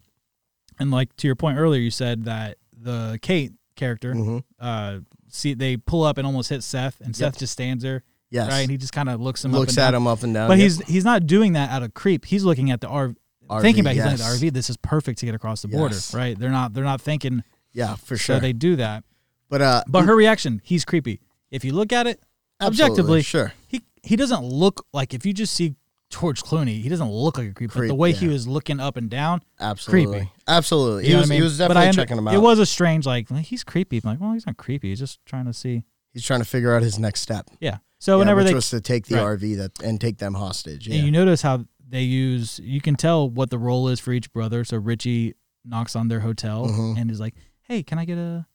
Speaker 3: And like to your point earlier, you said that the Kate character,
Speaker 4: Mm-hmm.
Speaker 3: uh, see they pull up and almost hit Seth, and Seth just stands there,
Speaker 4: yes,
Speaker 3: right? And he just kind of looks him up
Speaker 4: looks
Speaker 3: and
Speaker 4: at
Speaker 3: down.
Speaker 4: him up and down.
Speaker 3: but
Speaker 4: Oh, yep.
Speaker 3: he's he's not doing that out of creep. He's looking at the RV,
Speaker 4: RV,
Speaker 3: thinking about he's looking
Speaker 4: yes.
Speaker 3: at the RV. This is perfect to get across the border,
Speaker 4: Yes.
Speaker 3: right? They're not they're not thinking,
Speaker 4: yeah, for
Speaker 3: so
Speaker 4: sure.
Speaker 3: they do that.
Speaker 4: but uh,
Speaker 3: But her reaction, he's creepy. If you look at it
Speaker 4: Absolutely,
Speaker 3: objectively,
Speaker 4: sure.
Speaker 3: he he doesn't look like if you just see George Clooney, he doesn't look like a creep. but the
Speaker 4: Creep,
Speaker 3: way he
Speaker 4: yeah.
Speaker 3: was looking up and down,
Speaker 4: absolutely,
Speaker 3: creepy.
Speaker 4: absolutely.
Speaker 3: you
Speaker 4: He
Speaker 3: know what
Speaker 4: was
Speaker 3: I mean?
Speaker 4: he was
Speaker 3: But I
Speaker 4: definitely
Speaker 3: under-
Speaker 4: checking him out.
Speaker 3: It was a strange like well, he's creepy. I'm like, well, he's not creepy. He's just trying to see.
Speaker 4: he's trying to figure out his next step.
Speaker 3: Yeah. So
Speaker 4: yeah,
Speaker 3: whenever
Speaker 4: which
Speaker 3: they
Speaker 4: was to take the
Speaker 3: Right.
Speaker 4: RV that and take them hostage. Yeah.
Speaker 3: and you notice how they use, you can tell what the role is for each brother. So Richie knocks on their hotel and is like, "Hey, can I get a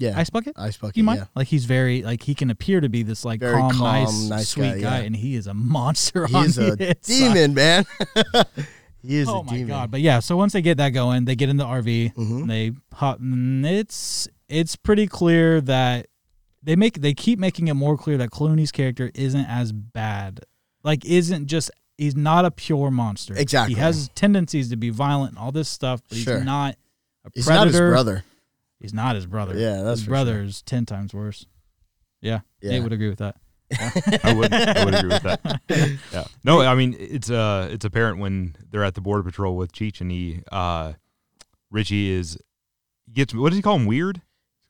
Speaker 4: Mm-hmm. yeah,
Speaker 3: ice bucket?
Speaker 4: ice bucket.
Speaker 3: Do you mind?"
Speaker 4: Yeah.
Speaker 3: Like he's very like he can appear to be this like
Speaker 4: Very
Speaker 3: calm,
Speaker 4: calm,
Speaker 3: nice,
Speaker 4: nice
Speaker 3: sweet guy,
Speaker 4: guy, yeah.
Speaker 3: and he is a monster.
Speaker 4: He's
Speaker 3: on
Speaker 4: a
Speaker 3: the inside.
Speaker 4: demon, man. he is
Speaker 3: oh
Speaker 4: a
Speaker 3: my
Speaker 4: demon. Mm-hmm.
Speaker 3: god! But yeah, so once they get that going, they get in the RV. And they hop. and It's it's pretty clear that they make they keep making it more clear that Clooney's character isn't as bad. Like isn't just he's not a pure monster.
Speaker 4: Exactly.
Speaker 3: He has tendencies to be violent and all this stuff, but he's
Speaker 4: Sure.
Speaker 3: not a
Speaker 4: He's
Speaker 3: predator.
Speaker 4: not his brother.
Speaker 3: He's not his brother.
Speaker 4: Yeah, that's
Speaker 3: his
Speaker 4: for
Speaker 3: brother is ten times worse. Yeah,
Speaker 4: Yeah.
Speaker 3: Nate would agree with that.
Speaker 1: I would I would agree with that. Yeah. No, I mean it's uh it's apparent when they're at the border patrol with Cheech and he uh Richie is gets what does he call him weird?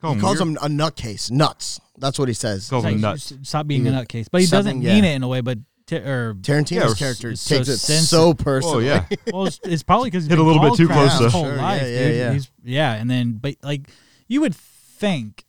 Speaker 1: call
Speaker 4: He calls
Speaker 1: weird?
Speaker 4: him a nutcase, nuts. That's what he says.
Speaker 1: He calls him
Speaker 3: Like,
Speaker 1: nuts.
Speaker 3: s- Stop being a
Speaker 4: Yeah.
Speaker 3: nutcase, but he doesn't
Speaker 4: Something, Mm-hmm. yeah.
Speaker 3: mean it in a way. But T- or
Speaker 1: Yeah,
Speaker 4: Tarantino's
Speaker 1: or
Speaker 4: character
Speaker 3: s- so
Speaker 4: takes it
Speaker 3: sensitive.
Speaker 4: so personally.
Speaker 1: Oh yeah,
Speaker 3: well, it's, it's probably because
Speaker 1: Hit a little bit too close,
Speaker 4: though.
Speaker 3: His whole
Speaker 4: Sure, yeah,
Speaker 3: life,
Speaker 4: yeah,
Speaker 3: dude.
Speaker 4: yeah.
Speaker 3: He's, yeah, and then but like you would think,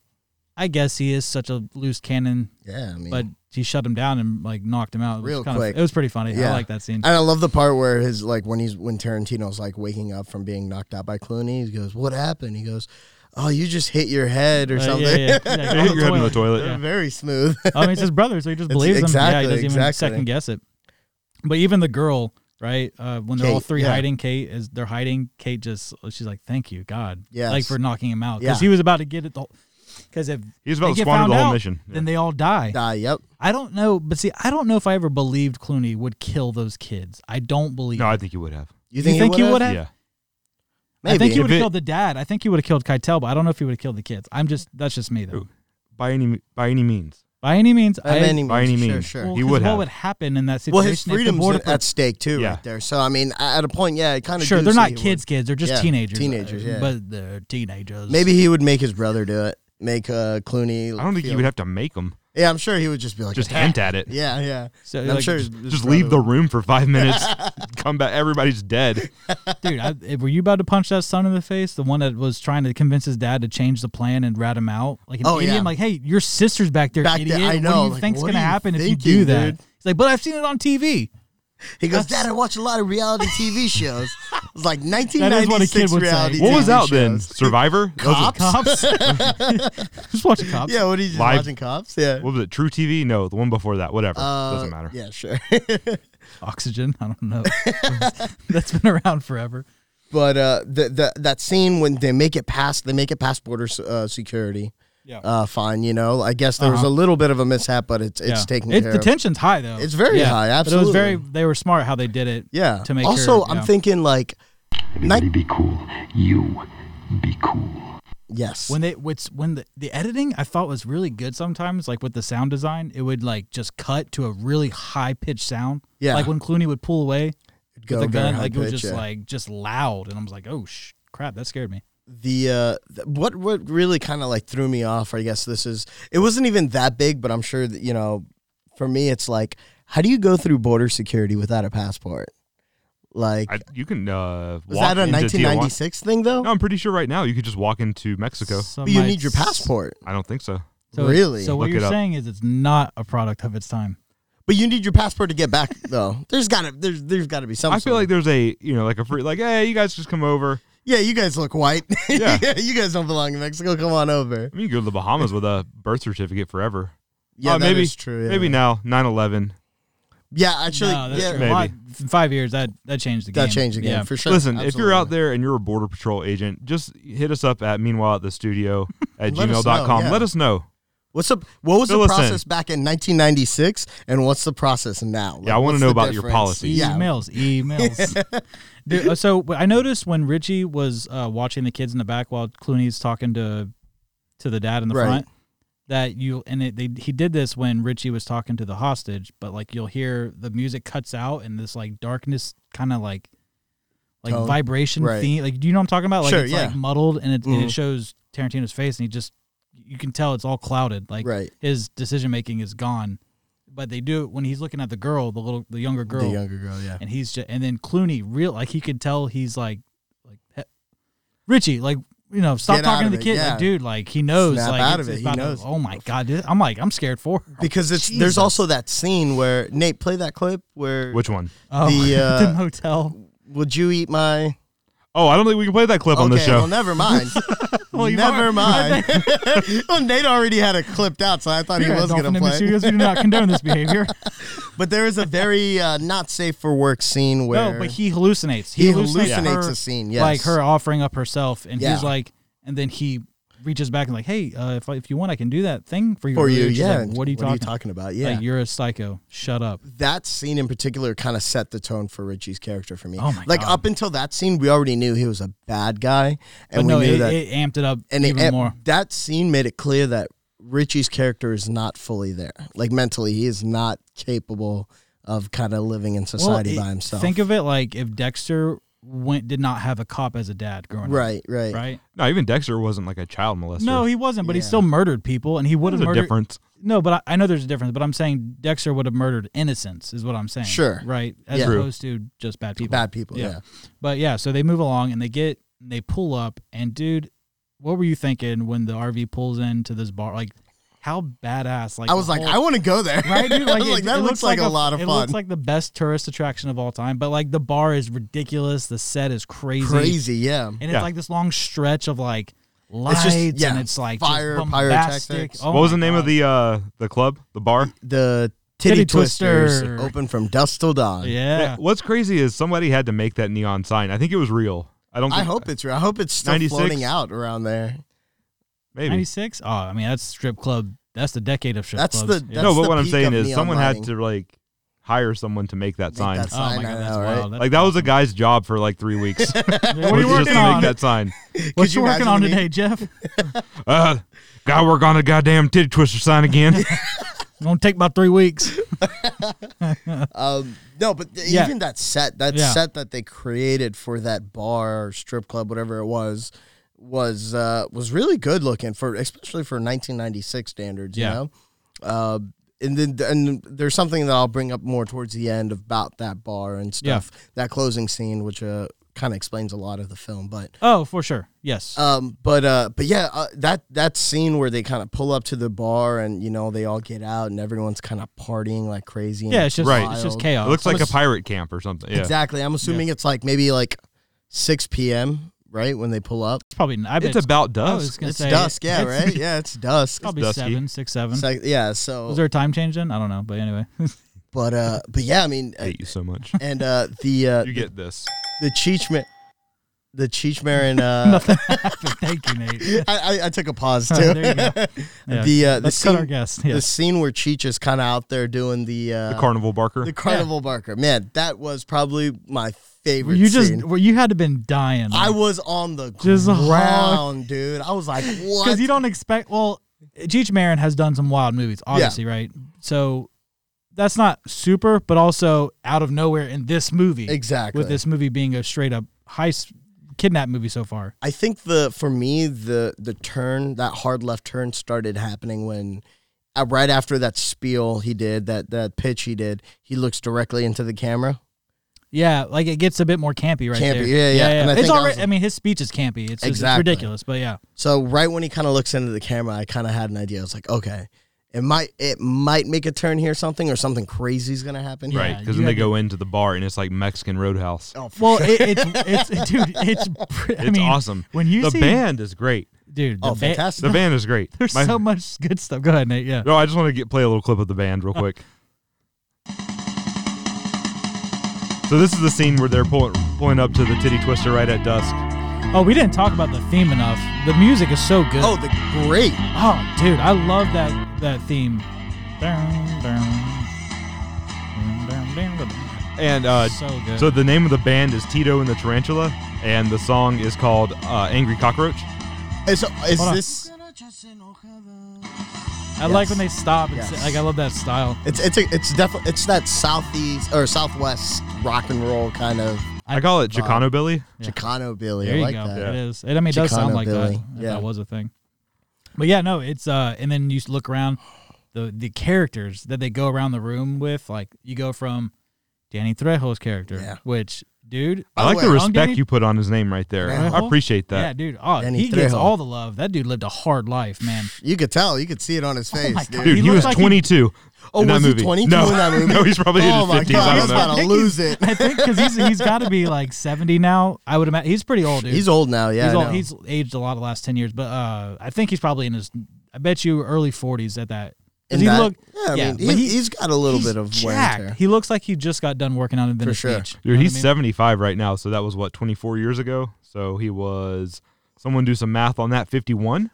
Speaker 3: I guess he is such a loose cannon,
Speaker 4: Yeah, I mean,
Speaker 3: but he shut him down and like knocked him out. It was
Speaker 4: Real
Speaker 3: kind
Speaker 4: quick.
Speaker 3: Of, it was pretty funny. I
Speaker 4: Yeah.
Speaker 3: like that scene.
Speaker 4: and I love the part where his like when he's when Tarantino's like waking up from being knocked out by Clooney. He goes, "What happened?" He goes, "Oh, you just hit your head or
Speaker 3: Uh,
Speaker 4: something."
Speaker 3: Yeah, yeah, yeah.
Speaker 1: hit your head in the toilet.
Speaker 3: Yeah. Oh.
Speaker 4: Very smooth.
Speaker 3: I mean, it's his brother, so he just
Speaker 4: It's-
Speaker 3: believes him. Yeah, he
Speaker 4: exactly,
Speaker 3: doesn't even
Speaker 4: exactly.
Speaker 3: second guess it. But even the girl, right? Uh, when they're all
Speaker 4: Kate,
Speaker 3: three
Speaker 4: yeah.
Speaker 3: hiding, Kate is they're hiding. Kate just she's like, "Thank you, God,
Speaker 4: Yes.
Speaker 3: like for knocking him out because
Speaker 4: Yeah.
Speaker 3: he was about to get it." Because if
Speaker 1: he was about
Speaker 3: they
Speaker 1: to
Speaker 3: get
Speaker 1: squander
Speaker 3: found
Speaker 1: the whole
Speaker 3: out,
Speaker 1: mission. Yeah.
Speaker 3: then they all die.
Speaker 4: Ah, yep.
Speaker 3: I don't know, but see, I don't know if I ever believed Clooney would kill those kids. I don't believe.
Speaker 1: no, I think you would have.
Speaker 4: You
Speaker 3: think think
Speaker 4: think,
Speaker 3: he
Speaker 4: he would
Speaker 3: would've?
Speaker 4: have?
Speaker 1: Yeah,
Speaker 4: Maybe.
Speaker 3: I think he would
Speaker 1: If
Speaker 3: have
Speaker 1: it-
Speaker 3: killed the dad. I think he would have killed Keitel, but I don't know if he would have killed the kids. I'm just that's just me though.
Speaker 1: Who? by any by any means.
Speaker 3: By any means,
Speaker 4: By
Speaker 3: I
Speaker 4: any means.
Speaker 1: by any
Speaker 4: sure,
Speaker 1: means.
Speaker 4: sure.
Speaker 3: well,
Speaker 1: He
Speaker 3: 'cause
Speaker 1: would
Speaker 3: What
Speaker 1: have.
Speaker 3: would happen in that situation?
Speaker 4: Well, his
Speaker 3: if the
Speaker 4: freedom's
Speaker 3: border
Speaker 4: at stake too,
Speaker 1: Yeah.
Speaker 4: right there. So I mean, at a point, yeah, it kind of
Speaker 3: Sure, they're not kids, kids. They're just
Speaker 4: Yeah,
Speaker 3: teenagers.
Speaker 4: teenagers, yeah.
Speaker 3: But they're teenagers.
Speaker 4: Maybe he would make his brother do it. Make uh, Clooney.
Speaker 1: I don't think
Speaker 4: feel-
Speaker 1: you would have to make them.
Speaker 4: Yeah, I'm sure he would just be like,
Speaker 1: Just
Speaker 4: "Attack."
Speaker 1: hint at it.
Speaker 4: Yeah, yeah.
Speaker 3: So,
Speaker 4: And I'm
Speaker 3: like,
Speaker 4: sure.
Speaker 3: just-
Speaker 4: his
Speaker 1: Just
Speaker 4: brother
Speaker 1: leave the
Speaker 4: would-
Speaker 1: room for five minutes. come back. Everybody's dead.
Speaker 3: dude. I, were you about to punch that son in the face? The one that was trying to convince his dad to change the plan and rat him out, like an
Speaker 4: Oh,
Speaker 3: idiot.
Speaker 4: yeah.
Speaker 3: Like, hey, your sister's back there,
Speaker 4: Back
Speaker 3: idiot.
Speaker 4: there, I
Speaker 3: What
Speaker 4: know,
Speaker 3: do you
Speaker 4: like,
Speaker 3: think's
Speaker 4: what
Speaker 3: gonna
Speaker 4: are you
Speaker 3: happen if you
Speaker 4: thinking,
Speaker 3: do that?
Speaker 4: dude?
Speaker 3: He's like, but I've seen it on TV.
Speaker 4: He goes, Dad, I watch a lot of reality TV shows. It's like 1996
Speaker 3: kid would say.
Speaker 4: reality.
Speaker 1: What was
Speaker 4: TV
Speaker 1: out then?
Speaker 4: shows.
Speaker 1: Survivor. That was a-
Speaker 4: Cops.
Speaker 3: Cops. just watch the cops.
Speaker 4: Yeah, what are you just
Speaker 1: Live-
Speaker 4: watching cops? Yeah.
Speaker 1: What was it? True TV? No, the one before that. Whatever.
Speaker 4: Uh,
Speaker 1: Doesn't matter.
Speaker 4: Yeah, sure.
Speaker 3: Oxygen. I don't know. That's been around forever.
Speaker 4: but uh, the, the that scene when they make it past, they make it past border s- uh, security.
Speaker 3: Yeah.
Speaker 4: Uh, fine, you know. I guess there was
Speaker 3: Uh-huh.
Speaker 4: a little bit of a mishap, but it's it's
Speaker 3: Yeah.
Speaker 4: taken
Speaker 3: It-
Speaker 4: care
Speaker 3: The
Speaker 4: of.
Speaker 3: tension's high though.
Speaker 4: It's very high,
Speaker 3: But it was very.
Speaker 4: absolutely.
Speaker 3: They were smart how they did it.
Speaker 4: yeah.
Speaker 3: To make
Speaker 4: also,
Speaker 3: sure,
Speaker 4: I'm
Speaker 3: yeah.
Speaker 4: thinking like,
Speaker 9: Everybody be cool. You be cool.
Speaker 4: yes,
Speaker 3: when they what's when the, the editing I thought was really good sometimes like with the sound design it would like just cut to a really high pitched sound
Speaker 4: Yeah.
Speaker 3: like when Clooney would pull away
Speaker 4: go
Speaker 3: with the
Speaker 4: very
Speaker 3: gun
Speaker 4: high
Speaker 3: like it was
Speaker 4: pitch,
Speaker 3: just
Speaker 4: yeah.
Speaker 3: like just loud and I was like oh sh- crap that scared me
Speaker 4: the uh th- what what really kind of like threw me off i guess this is it wasn't even that big but i'm sure that you know for me it's like how do you go through border security without a passport like
Speaker 1: I, you can. Uh,
Speaker 4: was
Speaker 1: walk
Speaker 4: that a
Speaker 1: into Tijuana-
Speaker 4: 1996 thing though
Speaker 1: No, I'm pretty sure right now you could just walk into Mexico.
Speaker 4: but you need your passport
Speaker 1: I don't think so.
Speaker 3: so,
Speaker 4: Really?
Speaker 3: so what
Speaker 1: Look
Speaker 3: you're
Speaker 1: it up.
Speaker 3: saying is it's not a product of its time
Speaker 4: but you need your passport to get back though there's gotta there's there's gotta be something
Speaker 1: I feel like there's a you know like a free like hey you guys just come over.
Speaker 4: yeah you guys look white
Speaker 1: Yeah.
Speaker 4: you guys don't belong in mexico come on over
Speaker 1: I mean you go to the Bahamas with a birth certificate forever.
Speaker 4: yeah
Speaker 1: Uh,
Speaker 4: that
Speaker 1: maybe
Speaker 4: is true yeah.
Speaker 1: Maybe now 9/11.
Speaker 4: yeah actually
Speaker 3: no, that's
Speaker 4: yeah
Speaker 3: true.
Speaker 1: Maybe.
Speaker 3: Lot- in five years that that changed the game
Speaker 4: that changed again
Speaker 3: yeah.
Speaker 4: for sure
Speaker 1: Listen, if you're
Speaker 4: Absolutely.
Speaker 1: out there and you're a border patrol agent, just hit us up at meanwhile at the studio at
Speaker 4: Let us
Speaker 1: gmail.com.
Speaker 4: know, yeah.
Speaker 1: Let us know.
Speaker 4: What's up? What was
Speaker 1: Fill
Speaker 4: the
Speaker 1: us in.
Speaker 4: process back in 1996, and what's the process now?
Speaker 1: Yeah, I wanna
Speaker 4: what's
Speaker 1: know
Speaker 4: the
Speaker 1: about your
Speaker 4: difference?
Speaker 1: policies.
Speaker 4: Yeah,
Speaker 3: Emails, emails. Dude, uh, so I noticed when Richie was uh, watching the kids in the back while Clooney's talking to to the dad in the
Speaker 4: Right.
Speaker 3: front that you and it, they he did this when Richie was talking to the hostage, but like you'll hear the music cuts out and this like darkness kind of like like
Speaker 4: Tone.
Speaker 3: vibration
Speaker 4: Right.
Speaker 3: theme. Like do you know what I'm talking about? Like
Speaker 4: Sure,
Speaker 3: it's
Speaker 4: yeah.
Speaker 3: like muddled and it, and it
Speaker 4: Mhm.
Speaker 3: shows Tarantino's face and he just you can tell it's all clouded. Like
Speaker 4: Right.
Speaker 3: his decision making is gone. But they do it when he's looking at the girl, the little the younger girl
Speaker 4: the younger girl. Yeah,
Speaker 3: and he's just and then Clooney real like he could tell he's like like he- Richie like you know stop
Speaker 4: Get
Speaker 3: talking
Speaker 4: out
Speaker 3: to
Speaker 4: of
Speaker 3: the
Speaker 4: it,
Speaker 3: kid
Speaker 4: yeah.
Speaker 3: like dude like he knows
Speaker 4: Snap
Speaker 3: like
Speaker 4: out
Speaker 3: it's-
Speaker 4: of it,
Speaker 3: it's
Speaker 4: he
Speaker 3: about to-
Speaker 4: knows.
Speaker 3: oh my god dude, I'm like I'm scared for her.
Speaker 4: because it's there's also that scene where Nate play that clip where
Speaker 1: Which one?
Speaker 3: oh,
Speaker 4: the, uh,
Speaker 3: hotel
Speaker 4: would you eat my?
Speaker 1: Oh, I don't think we can play that clip on the
Speaker 4: okay,
Speaker 1: show.
Speaker 4: well never mind.
Speaker 3: you
Speaker 4: never
Speaker 3: are-
Speaker 4: mind. well, Nate already had it clipped out, so I thought he was
Speaker 3: Dolphin
Speaker 4: gonna
Speaker 3: Image
Speaker 4: play.
Speaker 3: Studios, we do not condone this behavior.
Speaker 4: But there is a very uh, not safe for work scene where
Speaker 3: no, but he hallucinates.
Speaker 4: He
Speaker 3: her,
Speaker 4: hallucinates a scene, yes.
Speaker 3: like her offering up herself, and
Speaker 4: Yeah.
Speaker 3: he's like, and then he reaches back and like, hey, uh, if I, if you want, I can do that thing for you.
Speaker 4: for you,
Speaker 3: She's
Speaker 4: yeah.
Speaker 3: like, what are you talking? about?
Speaker 4: about? Yeah,
Speaker 3: Like, you're a psycho. Shut up.
Speaker 4: that scene in particular kind of set the tone for Richie's character for me.
Speaker 3: Oh my
Speaker 4: like
Speaker 3: God.
Speaker 4: up until that scene, we already knew he was a bad guy,
Speaker 3: But
Speaker 4: and
Speaker 3: no,
Speaker 4: we knew
Speaker 3: it,
Speaker 4: that.
Speaker 3: it amped it up
Speaker 4: and it,
Speaker 3: even
Speaker 4: it-
Speaker 3: more.
Speaker 4: that scene made it clear that Richie's character is not fully there. Like mentally, he is not capable of kind of living in society
Speaker 3: it-
Speaker 4: by himself.
Speaker 3: Think of it like if Dexter went did not have a cop as a dad growing
Speaker 4: right, right,
Speaker 3: up, right?
Speaker 1: No, even Dexter wasn't like a child molester.
Speaker 3: No, he wasn't, but he
Speaker 4: Yeah.
Speaker 3: still murdered people, and he would
Speaker 1: There's
Speaker 3: have
Speaker 1: a
Speaker 3: murdered.
Speaker 1: difference.
Speaker 3: no, but I, I know there's a difference. But I'm saying Dexter would have murdered innocents, is what I'm saying.
Speaker 4: Sure.
Speaker 3: Right. As
Speaker 4: Yeah. True.
Speaker 3: opposed to just bad people.
Speaker 4: Bad people, yeah.
Speaker 3: But yeah, so they move along and they get they pull up and dude, what were you thinking when the RV pulls into this bar? Like, how badass? Like
Speaker 4: I
Speaker 3: the
Speaker 4: was like,
Speaker 3: whole-
Speaker 4: I want to go there.
Speaker 3: Right, dude.
Speaker 4: I
Speaker 3: Like,
Speaker 4: was
Speaker 3: it-
Speaker 4: like, that
Speaker 3: it
Speaker 4: looks, like, a, lot of
Speaker 3: it
Speaker 4: fun.
Speaker 3: looks like the best tourist attraction of all time. But like the bar is ridiculous. The set is crazy,
Speaker 4: Crazy, yeah.
Speaker 3: and it's
Speaker 1: Yeah.
Speaker 3: like this long stretch of like
Speaker 4: It's
Speaker 3: lights,
Speaker 4: just- yeah,
Speaker 3: and it's like
Speaker 4: fire,
Speaker 3: just bombastic.
Speaker 4: pyrotechnics.
Speaker 3: Oh
Speaker 1: what was
Speaker 3: my
Speaker 1: the name of
Speaker 3: God.
Speaker 1: the uh the club, the bar?
Speaker 4: The titty,
Speaker 3: Titty
Speaker 4: twisters
Speaker 3: Twister.
Speaker 4: open from dusk till dawn.
Speaker 3: Oh Yeah,
Speaker 1: What's crazy is somebody had to make that neon sign. I think it was real. I don't.
Speaker 4: I
Speaker 1: think-
Speaker 4: hope it's real. I hope it's still
Speaker 1: 96?
Speaker 4: floating out around there.
Speaker 1: maybe.
Speaker 3: ninety six. Oh, I mean that's strip club. That's the decade of strip
Speaker 4: That's
Speaker 3: clubs.
Speaker 4: the-
Speaker 3: Yeah.
Speaker 4: that's
Speaker 1: no, but what
Speaker 4: the
Speaker 1: I'm
Speaker 4: peak
Speaker 1: saying
Speaker 4: of
Speaker 1: is
Speaker 4: neon
Speaker 1: someone
Speaker 4: lighting.
Speaker 1: had to like hire someone to make that
Speaker 4: Make
Speaker 1: sign.
Speaker 4: that
Speaker 3: Oh my
Speaker 4: sign, I
Speaker 3: god, that's
Speaker 4: know, right?
Speaker 3: wild. That's
Speaker 1: like that was a
Speaker 3: awesome.
Speaker 1: guy's job for like three weeks.
Speaker 3: Yeah, what are
Speaker 1: was
Speaker 3: you
Speaker 1: just
Speaker 3: working
Speaker 1: to
Speaker 3: on?
Speaker 1: Make that sign.
Speaker 4: Could
Speaker 3: What
Speaker 4: you
Speaker 3: you working
Speaker 4: imagine
Speaker 3: on
Speaker 4: me-
Speaker 3: today, Jeff?
Speaker 1: Uh, gotta work on the goddamn titty twister sign again.
Speaker 3: Gonna take about three weeks.
Speaker 4: Um, no, but th-
Speaker 3: Yeah.
Speaker 4: even that set, that
Speaker 3: Yeah.
Speaker 4: set that they created for that bar, or strip club, whatever it was, was uh, was really good looking for, especially for 1996 standards.
Speaker 3: Yeah.
Speaker 4: You know, uh, and then and there's something that I'll bring up more towards the end about that bar and
Speaker 3: Yeah.
Speaker 4: stuff, that closing scene, which uh, kind of explains a lot of the film, but.
Speaker 3: Oh, for sure. Yes.
Speaker 4: Um, but uh, but yeah, uh, that that scene where they kind of pull up to the bar and you know they all get out and everyone's kind of partying like crazy. and
Speaker 3: yeah, it's just
Speaker 1: Right.
Speaker 3: it's
Speaker 4: wild.
Speaker 3: just
Speaker 1: it
Speaker 3: chaos.
Speaker 1: looks like a
Speaker 4: almost-
Speaker 1: pirate camp or something. Yeah.
Speaker 4: Exactly. I'm assuming it's like maybe like 6 p.m. right when they pull up.
Speaker 3: It's probably I bet
Speaker 1: It's about
Speaker 3: I was
Speaker 1: dusk.
Speaker 3: gonna
Speaker 4: It's
Speaker 3: say,
Speaker 4: dusk. Yeah.
Speaker 3: it's
Speaker 4: Right. Yeah. It's dusk.
Speaker 3: Probably
Speaker 1: dusky.
Speaker 3: seven, six, seven.
Speaker 4: It's like, yeah. So,
Speaker 3: Was there a time change then? I don't know, but anyway.
Speaker 4: but uh, but yeah. I mean,
Speaker 1: I
Speaker 4: uh,
Speaker 1: hate you so much.
Speaker 4: and uh, the uh,
Speaker 1: You get this.
Speaker 4: the Cheech Ma- the Cheech Marin. Uh,
Speaker 3: Nothing happened. Thank you, Nate.
Speaker 4: I, I I took a pause too.
Speaker 3: There you go. Yeah.
Speaker 4: The uh, the
Speaker 3: Let's cut our
Speaker 4: scene,
Speaker 3: guest.
Speaker 4: the
Speaker 3: Yes.
Speaker 4: scene where Cheech is kind of out there doing the uh,
Speaker 1: The carnival barker.
Speaker 4: the carnival barker. Man, that was probably my
Speaker 3: Were
Speaker 4: favorite.
Speaker 3: you just
Speaker 4: scene.
Speaker 3: were you had to been dying.
Speaker 4: I
Speaker 3: like,
Speaker 4: was on the
Speaker 3: Just hard.
Speaker 4: ground, dude. I was like, what?
Speaker 3: because you don't expect. Well, Cheech Marin has done some wild movies, obviously, right? So that's not super, but also out of nowhere in this movie.
Speaker 4: exactly.
Speaker 3: With this movie being a straight up heist kidnap movie so far.
Speaker 4: I think the for me the the turn that hard left turn started happening when uh, right after that spiel he did that that pitch he did he looks directly into the camera.
Speaker 3: Yeah, like it gets a bit more campy right
Speaker 4: Campy,
Speaker 3: there.
Speaker 4: yeah, yeah. And I
Speaker 3: it's
Speaker 4: think I
Speaker 3: already.
Speaker 4: was-
Speaker 3: I mean, his speech is campy. It's, it's
Speaker 4: Exactly.
Speaker 3: ridiculous, but yeah,
Speaker 4: So right when he kind of looks into the camera, I kind of had an idea. I was like, okay, it might it might make a turn here, something or something crazy's gonna happen. Here.
Speaker 1: Right,
Speaker 3: Yeah,
Speaker 1: because
Speaker 3: you
Speaker 1: then they
Speaker 3: had to-
Speaker 1: go into the bar and it's like Mexican Roadhouse.
Speaker 4: Oh, for
Speaker 3: Well,
Speaker 4: sure.
Speaker 3: it, it's it's dude, it's pr- I
Speaker 1: it's
Speaker 3: mean,
Speaker 1: awesome.
Speaker 3: when you
Speaker 1: the
Speaker 3: see-
Speaker 1: band is great.
Speaker 3: dude. The
Speaker 4: oh,
Speaker 3: ba-
Speaker 4: fantastic!
Speaker 1: The band is great.
Speaker 3: There's
Speaker 1: My-
Speaker 3: so much good stuff. Go ahead, Nate. Yeah,
Speaker 1: No, I just want to get play a little clip of the band real quick. so this is the scene where they're pulling pulling up to the Titty Twister right at dusk.
Speaker 3: Oh, we didn't talk about the theme enough. The music is so good.
Speaker 4: oh, the great.
Speaker 3: Oh, dude, I love that that theme. Dun, dun. Dun, dun, dun, dun.
Speaker 1: And uh,
Speaker 3: So good.
Speaker 1: so the name of the band is Tito and the Tarantula, and the song is called uh, "Angry Cockroach."
Speaker 4: Is, is
Speaker 3: Hold on.
Speaker 4: this?
Speaker 3: I like when they stop. And
Speaker 4: Yes.
Speaker 3: say, like I love that style.
Speaker 4: It's it's a, it's definitely it's that southeast or southwest rock and roll kind of
Speaker 1: I call it Chicano Billy.
Speaker 3: Yeah.
Speaker 4: Chicano Billy.
Speaker 3: There
Speaker 4: I
Speaker 3: you
Speaker 4: like
Speaker 3: go.
Speaker 4: that.
Speaker 3: It is. It, I mean, it does sound
Speaker 4: Chicano
Speaker 3: like
Speaker 4: Billy.
Speaker 3: that. If
Speaker 4: Yeah.
Speaker 3: that was a thing. But yeah, no, it's uh, and then you look around the the characters that they go around the room with. Like you go from Danny Trejo's character,
Speaker 4: Yeah. Oh,
Speaker 3: which dude,
Speaker 1: I like
Speaker 4: the
Speaker 1: the
Speaker 4: way,
Speaker 1: respect
Speaker 3: Hungary-
Speaker 1: you put on his name right there. I
Speaker 3: Trejo?
Speaker 1: appreciate
Speaker 3: Uh-huh. yeah,
Speaker 1: that,
Speaker 3: dude, oh,
Speaker 4: Danny
Speaker 3: he gets
Speaker 4: Trejo.
Speaker 3: all the love. That dude lived a hard life, man.
Speaker 4: You could tell. You could see it on his face,
Speaker 3: Oh my
Speaker 4: dude.
Speaker 3: God.
Speaker 1: dude. He,
Speaker 3: He
Speaker 1: was
Speaker 3: looked like he-
Speaker 1: 22
Speaker 4: Oh,
Speaker 1: in that
Speaker 4: was he
Speaker 1: movie.
Speaker 4: 22
Speaker 1: no,
Speaker 4: in that movie?
Speaker 1: no, he's probably
Speaker 4: Oh
Speaker 1: in his
Speaker 4: my
Speaker 1: 50s.
Speaker 4: God,
Speaker 1: I
Speaker 4: he's
Speaker 1: don't know.
Speaker 4: about to lose it.
Speaker 3: I think because he's he's got to be like seventy now. I would imagine he's pretty old, dude.
Speaker 4: He's old now. Yeah,
Speaker 3: he's,
Speaker 4: I
Speaker 3: old,
Speaker 4: know.
Speaker 3: he's aged a lot the last ten years, but uh, I think he's probably in his. I bet you early forties at that. 'Cause
Speaker 4: And
Speaker 3: he
Speaker 4: that-
Speaker 3: looked-
Speaker 4: yeah, I mean,
Speaker 3: but
Speaker 4: he, he's got a little
Speaker 3: he's
Speaker 4: bit of wear and
Speaker 3: jacked.
Speaker 4: tear.
Speaker 3: He looks like he just got done working out in Venice
Speaker 4: sure.
Speaker 3: Beach. You
Speaker 1: Dude,
Speaker 3: know what
Speaker 1: he's
Speaker 3: I mean?
Speaker 1: 75 right now, so that was what 24 years ago. So he was someone do some math on that 51.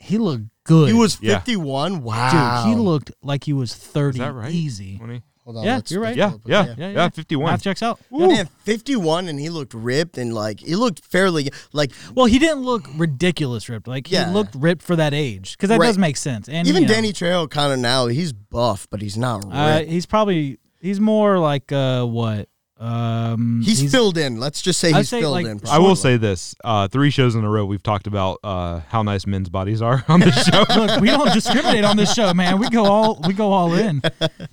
Speaker 3: He looked good.
Speaker 4: He was
Speaker 1: Yeah.
Speaker 4: 51.
Speaker 3: dude.
Speaker 4: Wow.
Speaker 3: He looked like he was
Speaker 1: Is
Speaker 3: thirty.
Speaker 1: that right?
Speaker 3: Easy.
Speaker 1: 20.
Speaker 4: Hold on,
Speaker 3: Yeah,
Speaker 4: let's-
Speaker 3: you're
Speaker 4: let's
Speaker 3: right.
Speaker 1: Yeah,
Speaker 4: pull up
Speaker 1: yeah,
Speaker 4: his-
Speaker 1: yeah,
Speaker 3: yeah.
Speaker 1: 51.
Speaker 3: Math checks out.
Speaker 4: Man, 51, and he looked ripped and like he looked fairly like
Speaker 3: Well, he didn't look ridiculous ripped. Like
Speaker 4: Yeah.
Speaker 3: he looked ripped for that age, because that
Speaker 4: Right.
Speaker 3: does make sense. And
Speaker 4: even
Speaker 3: you know,
Speaker 4: Danny Trejo kind of now. He's buff, but he's not ripped.
Speaker 3: uh, he's probably he's more like uh, what Um,
Speaker 4: He's, filled in. Let's just say
Speaker 3: I'd
Speaker 4: he's
Speaker 3: say,
Speaker 4: filled
Speaker 3: like,
Speaker 4: in.
Speaker 1: I will
Speaker 4: probably.
Speaker 1: say this: uh, three shows in a row we've talked about uh, how nice men's bodies are on this show.
Speaker 3: Look, we don't discriminate on this show, man. We go all we go all in,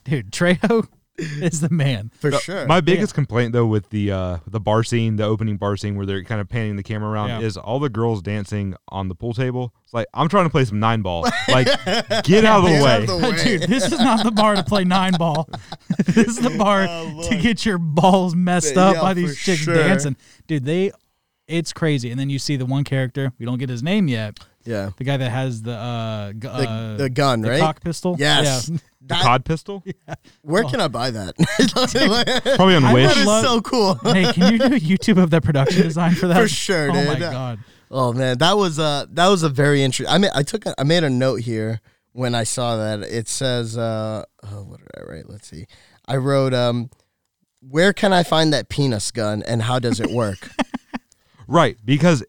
Speaker 3: dude. Trejo is the man.
Speaker 4: for sure.
Speaker 1: My biggest complaint though with the uh, the bar scene, the opening bar scene where they're kind of panning the camera around,
Speaker 3: Yeah.
Speaker 1: is all the girls dancing on the pool table. It's like I'm trying to play some nine ball. Like, get out of the
Speaker 4: Get out
Speaker 1: way.
Speaker 4: of the way.
Speaker 3: Dude, this is not the bar to play nine ball. this is the bar to get your balls messed
Speaker 4: Oh, Yeah,
Speaker 3: up by
Speaker 4: for
Speaker 3: these chicks
Speaker 4: sure.
Speaker 3: dancing. Dude, they it's crazy. And then you see the one character, we don't get his name yet.
Speaker 4: yeah.
Speaker 3: The guy that has the uh, gu-
Speaker 4: The,
Speaker 3: uh,
Speaker 4: the gun,
Speaker 3: the
Speaker 4: right?
Speaker 3: cock pistol.
Speaker 4: Yes.
Speaker 3: Yeah.
Speaker 1: The
Speaker 4: That-
Speaker 1: cod pistol,
Speaker 4: Where can I buy that?
Speaker 1: probably on
Speaker 3: I
Speaker 1: Wish.
Speaker 4: that is
Speaker 3: love-
Speaker 4: so cool.
Speaker 3: hey, can you do a YouTube of that production design for that?
Speaker 4: For sure,
Speaker 3: Oh my
Speaker 4: dude.
Speaker 3: god.
Speaker 4: Oh man, that was uh that was a very interesting. I mean, I took a, I made a note here when I saw that. It says uh oh, what did I write? Let's see. I wrote um where can I find that penis gun and how does it work?
Speaker 1: Right, because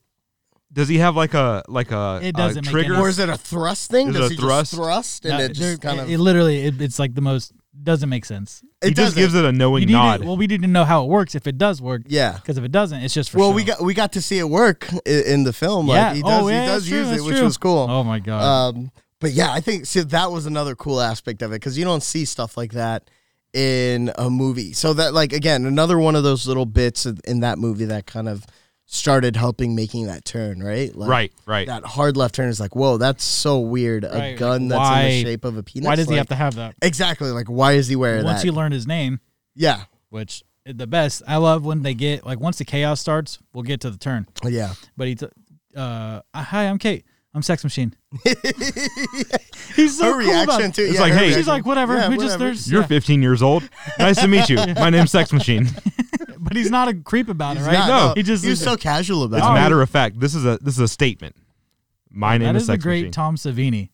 Speaker 1: does he have like a like a,
Speaker 3: It
Speaker 1: a
Speaker 3: doesn't make
Speaker 1: trigger?
Speaker 3: any
Speaker 4: or is it a thrust thing?
Speaker 1: Is it
Speaker 4: does
Speaker 1: a
Speaker 4: he
Speaker 1: thrust?
Speaker 4: just thrust and
Speaker 3: No,
Speaker 4: it
Speaker 3: there-
Speaker 4: just kind of
Speaker 3: it literally it, it's like the most doesn't make sense.
Speaker 1: he just
Speaker 4: doesn't.
Speaker 1: gives it a
Speaker 3: We
Speaker 1: knowing
Speaker 3: need to-
Speaker 1: nod.
Speaker 3: well, we need to know how it works if it does work.
Speaker 4: Yeah.
Speaker 3: Because if it doesn't, it's just for
Speaker 4: Well,
Speaker 3: show.
Speaker 4: we got we got to see it work i- in the film.
Speaker 3: yeah.
Speaker 4: Like he does
Speaker 3: oh, yeah,
Speaker 4: he does
Speaker 3: that's true,
Speaker 4: use it,
Speaker 3: that's
Speaker 4: which
Speaker 3: true.
Speaker 4: was cool.
Speaker 3: Oh my god.
Speaker 4: Um, but yeah, I think so. That was another cool aspect of it because you don't see stuff like that in a movie. So that, like, again, another one of those little bits of- in that movie that kind of started helping making that turn, right? Like,
Speaker 1: right, right.
Speaker 4: That hard left turn is like, whoa, that's so weird. A
Speaker 3: Right,
Speaker 4: gun that's in
Speaker 3: why-
Speaker 4: the shape of a penis.
Speaker 3: Why does he
Speaker 4: like-
Speaker 3: have to have that?
Speaker 4: Exactly. Like, why is he wearing
Speaker 3: Once
Speaker 4: that?
Speaker 3: he learned his name,
Speaker 4: yeah,
Speaker 3: which is the best. I love when they get like once the chaos starts, we'll get to the turn.
Speaker 4: yeah.
Speaker 3: But he, t- uh, hi, I'm Kate. I'm Sex Machine. He's so
Speaker 4: Her
Speaker 3: cool
Speaker 4: reaction
Speaker 3: about it.
Speaker 4: too.
Speaker 1: It's
Speaker 4: yeah,
Speaker 1: like,
Speaker 4: her
Speaker 1: hey-
Speaker 3: She's
Speaker 4: reaction.
Speaker 3: like, whatever.
Speaker 4: Yeah,
Speaker 3: we just
Speaker 4: whatever.
Speaker 3: there's,
Speaker 1: You're 15 years old. Nice to meet you. My name's Sex Machine.
Speaker 3: but he's not a creep about it, right?
Speaker 4: Nah,
Speaker 1: No.
Speaker 3: he just
Speaker 4: he was so casual about
Speaker 1: It's
Speaker 4: it.
Speaker 1: a matter of fact. This is a this is a statement. My name
Speaker 3: That
Speaker 1: is,
Speaker 3: is the
Speaker 1: Sex
Speaker 3: great
Speaker 1: Machine.
Speaker 3: Tom Savini.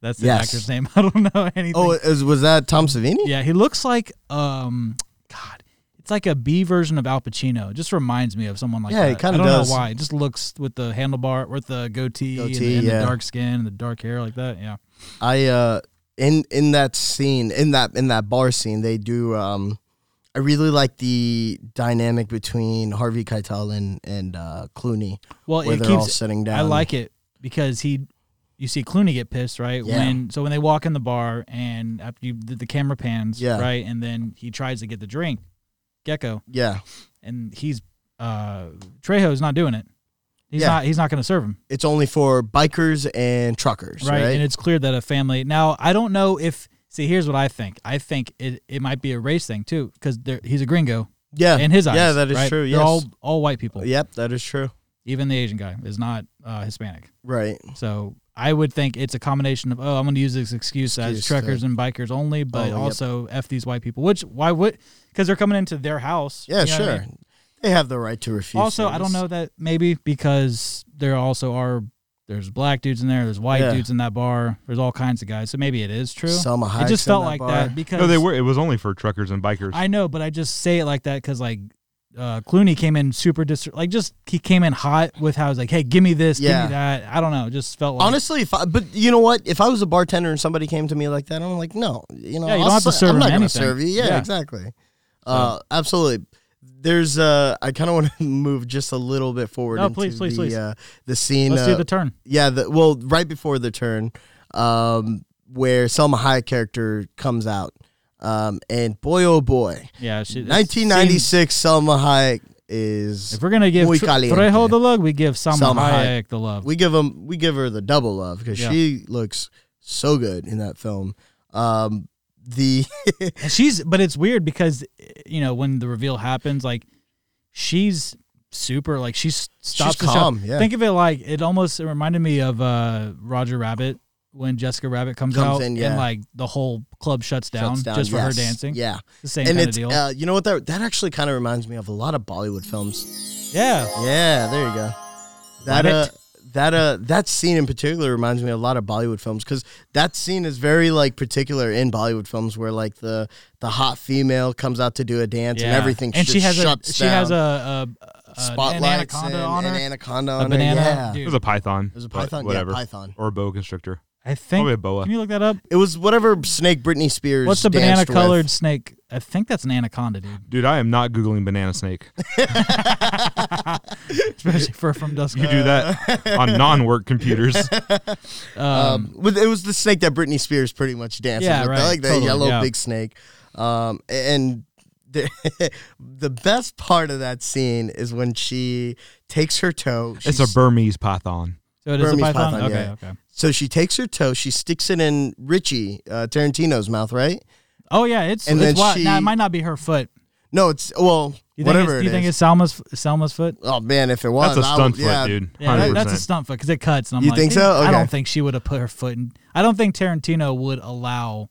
Speaker 3: That's the
Speaker 4: Yes.
Speaker 3: actor's name. I don't know anything.
Speaker 4: Oh, is, was that Tom Savini?
Speaker 3: yeah, he looks like um, God, it's like a B version of Al Pacino. It just reminds me of someone like
Speaker 4: Yeah,
Speaker 3: that.
Speaker 4: he kinda
Speaker 3: I don't
Speaker 4: does.
Speaker 3: know why. It just looks with the handlebar, with the goatee, and,
Speaker 4: Goatee,
Speaker 3: the, and
Speaker 4: yeah.
Speaker 3: the dark skin and the dark hair like that. Yeah,
Speaker 4: I uh in in that scene in that in that bar scene they do um I really like the dynamic between Harvey Keitel and and uh, Clooney
Speaker 3: well,
Speaker 4: where
Speaker 3: it
Speaker 4: they're
Speaker 3: keeps.
Speaker 4: all sitting down.
Speaker 3: I like it because he, you see Clooney get pissed, right?
Speaker 4: Yeah.
Speaker 3: When so when they walk in the bar and after you the, the camera pans,
Speaker 4: Yeah.
Speaker 3: right, and then he tries to get the drink, Gecko,
Speaker 4: Yeah,
Speaker 3: and he's uh Trejo's not doing it. He's
Speaker 4: Yeah.
Speaker 3: not. He's not going to serve him.
Speaker 4: it's only for bikers and truckers, right?
Speaker 3: And it's clear that a family. Now, I don't know if. See, here's what I think. I think it, it might be a race thing too, because he's a gringo
Speaker 4: yeah,
Speaker 3: in his eyes.
Speaker 4: Yeah, that is
Speaker 3: right?
Speaker 4: true.
Speaker 3: They're
Speaker 4: Yes.
Speaker 3: all all white people.
Speaker 4: Yep, that is true.
Speaker 3: Even the Asian guy is not uh, Hispanic.
Speaker 4: Right.
Speaker 3: So I would think it's a combination of oh, I'm going to use this excuse, as
Speaker 4: Excuse to-
Speaker 3: truckers and bikers only, but
Speaker 4: Oh, yep.
Speaker 3: also f these white people. Which why would? Because they're coming into their house.
Speaker 4: Yeah,
Speaker 3: you know what I
Speaker 4: sure.
Speaker 3: mean?
Speaker 4: They have the right to refuse.
Speaker 3: Also, I don't
Speaker 4: service.
Speaker 3: know that maybe because there also are there's black dudes in there, there's white
Speaker 4: Yeah.
Speaker 3: dudes in that bar, there's all kinds of guys. So maybe it is true.
Speaker 4: Selma
Speaker 3: it
Speaker 4: Hayek's
Speaker 3: just
Speaker 4: in
Speaker 3: felt
Speaker 4: that
Speaker 3: like
Speaker 4: bar.
Speaker 3: that because
Speaker 1: No, they were. It was only for truckers and bikers.
Speaker 3: I know, but I just say it like that because like uh, Clooney came in super dis like just he came in hot with how I was like, hey, give me this,
Speaker 4: Yeah.
Speaker 3: give me that. I don't know, it just felt like
Speaker 4: Honestly, if I, but you know what? If I was a bartender and somebody came to me like that, I'm like, no, you know,
Speaker 3: Yeah, you
Speaker 4: I'll
Speaker 3: don't have to
Speaker 4: se-
Speaker 3: serve
Speaker 4: I'm not
Speaker 3: them
Speaker 4: gonna
Speaker 3: anything.
Speaker 4: serve you. Yeah,
Speaker 3: Yeah.
Speaker 4: exactly. Uh, absolutely. There's, uh, I kind of want to move just a little bit forward.
Speaker 3: No,
Speaker 4: into
Speaker 3: please, please,
Speaker 4: the,
Speaker 3: please.
Speaker 4: Uh, the scene.
Speaker 3: let's
Speaker 4: uh,
Speaker 3: do the turn.
Speaker 4: yeah, the, well, right before the turn, um, where Selma Hayek character comes out, um, and boy, oh boy,
Speaker 3: Yeah, she, it's-
Speaker 4: 1996 Selma Hayek
Speaker 3: seems-
Speaker 4: is.
Speaker 3: If we're gonna give
Speaker 4: Muy
Speaker 3: Tre-
Speaker 4: caliente.
Speaker 3: Trejo the love, we give Salma,
Speaker 4: Salma
Speaker 3: Hayek,
Speaker 4: Hayek.
Speaker 3: the love.
Speaker 4: we give him we give her the double love because
Speaker 3: Yeah.
Speaker 4: she looks so good in that film. Um, the
Speaker 3: And she's, but it's weird because you know when the reveal happens, like she's super, like she s- stops. the shot.
Speaker 4: calm, yeah.
Speaker 3: Think of it like it almost it reminded me of uh, Roger Rabbit when Jessica Rabbit comes,
Speaker 4: Comes
Speaker 3: out
Speaker 4: in, yeah.
Speaker 3: and like the whole club shuts down,
Speaker 4: shuts down,
Speaker 3: just for
Speaker 4: yes,
Speaker 3: her dancing.
Speaker 4: yeah,
Speaker 3: It's the same
Speaker 4: and
Speaker 3: kind of
Speaker 4: it's
Speaker 3: deal.
Speaker 4: uh, you know what that that actually kind of reminds me of a lot of Bollywood films.
Speaker 3: yeah,
Speaker 4: Yeah, there you go. That uh,
Speaker 3: Love
Speaker 4: that uh, that scene in particular reminds me of a lot of Bollywood films because that scene is very like particular in Bollywood films where like the the hot female comes out to do a dance and
Speaker 3: Yeah.
Speaker 4: everything
Speaker 3: And she
Speaker 4: just
Speaker 3: has
Speaker 4: shuts
Speaker 3: a she has a,
Speaker 4: down.
Speaker 3: a, a- an
Speaker 4: spotlights
Speaker 3: anaconda
Speaker 4: and
Speaker 3: on her.
Speaker 4: an anaconda
Speaker 3: A
Speaker 4: on her.
Speaker 3: banana,
Speaker 4: Yeah.
Speaker 3: dude.
Speaker 1: it was a python.
Speaker 4: It was a
Speaker 1: but
Speaker 4: python, yeah,
Speaker 1: Whatever.
Speaker 4: python.
Speaker 1: Or a boa constrictor.
Speaker 3: I think.
Speaker 1: Probably a boa.
Speaker 3: Can you look that up?
Speaker 4: It was whatever snake Britney Spears.
Speaker 3: What's the banana
Speaker 4: danced with.
Speaker 3: colored snake? I think that's an anaconda, dude.
Speaker 1: Dude, I am not Googling banana snake.
Speaker 3: Especially for from dusk.
Speaker 1: You do that on non work computers.
Speaker 4: Um, with, it was the snake that Britney Spears pretty much dances
Speaker 3: Yeah,
Speaker 4: with,
Speaker 3: right,
Speaker 4: like that
Speaker 3: totally,
Speaker 4: yellow
Speaker 3: yeah.
Speaker 4: big snake. Um, and the, the best part of that scene is when she takes her toe.
Speaker 1: It's
Speaker 4: she
Speaker 1: a Burmese python.
Speaker 3: So it is a
Speaker 4: Burmese
Speaker 3: python.
Speaker 4: python,
Speaker 3: okay,
Speaker 4: yeah.
Speaker 3: okay.
Speaker 4: So she takes her toe, she sticks it in Richie uh, Tarantino's mouth, right?
Speaker 3: Oh yeah, it's
Speaker 4: And
Speaker 3: it's
Speaker 4: then
Speaker 3: wild. Now, it
Speaker 4: she-
Speaker 3: might not be her foot.
Speaker 4: No, it's well,
Speaker 3: You think
Speaker 4: whatever
Speaker 3: it's, you
Speaker 4: it
Speaker 3: think
Speaker 4: is.
Speaker 3: it's Salma's Selma's foot?
Speaker 4: oh man, if it was,
Speaker 1: That's a
Speaker 4: I
Speaker 1: stunt
Speaker 4: would-
Speaker 1: foot,
Speaker 4: yeah.
Speaker 1: dude.
Speaker 3: Yeah, that-
Speaker 1: 100%.
Speaker 3: that's a stunt foot because it cuts. And I'm
Speaker 4: You
Speaker 3: like,
Speaker 4: think
Speaker 3: "Dude,
Speaker 4: so?
Speaker 3: I
Speaker 4: Okay.
Speaker 3: don't think she would have put her foot in. I don't think Tarantino would allow,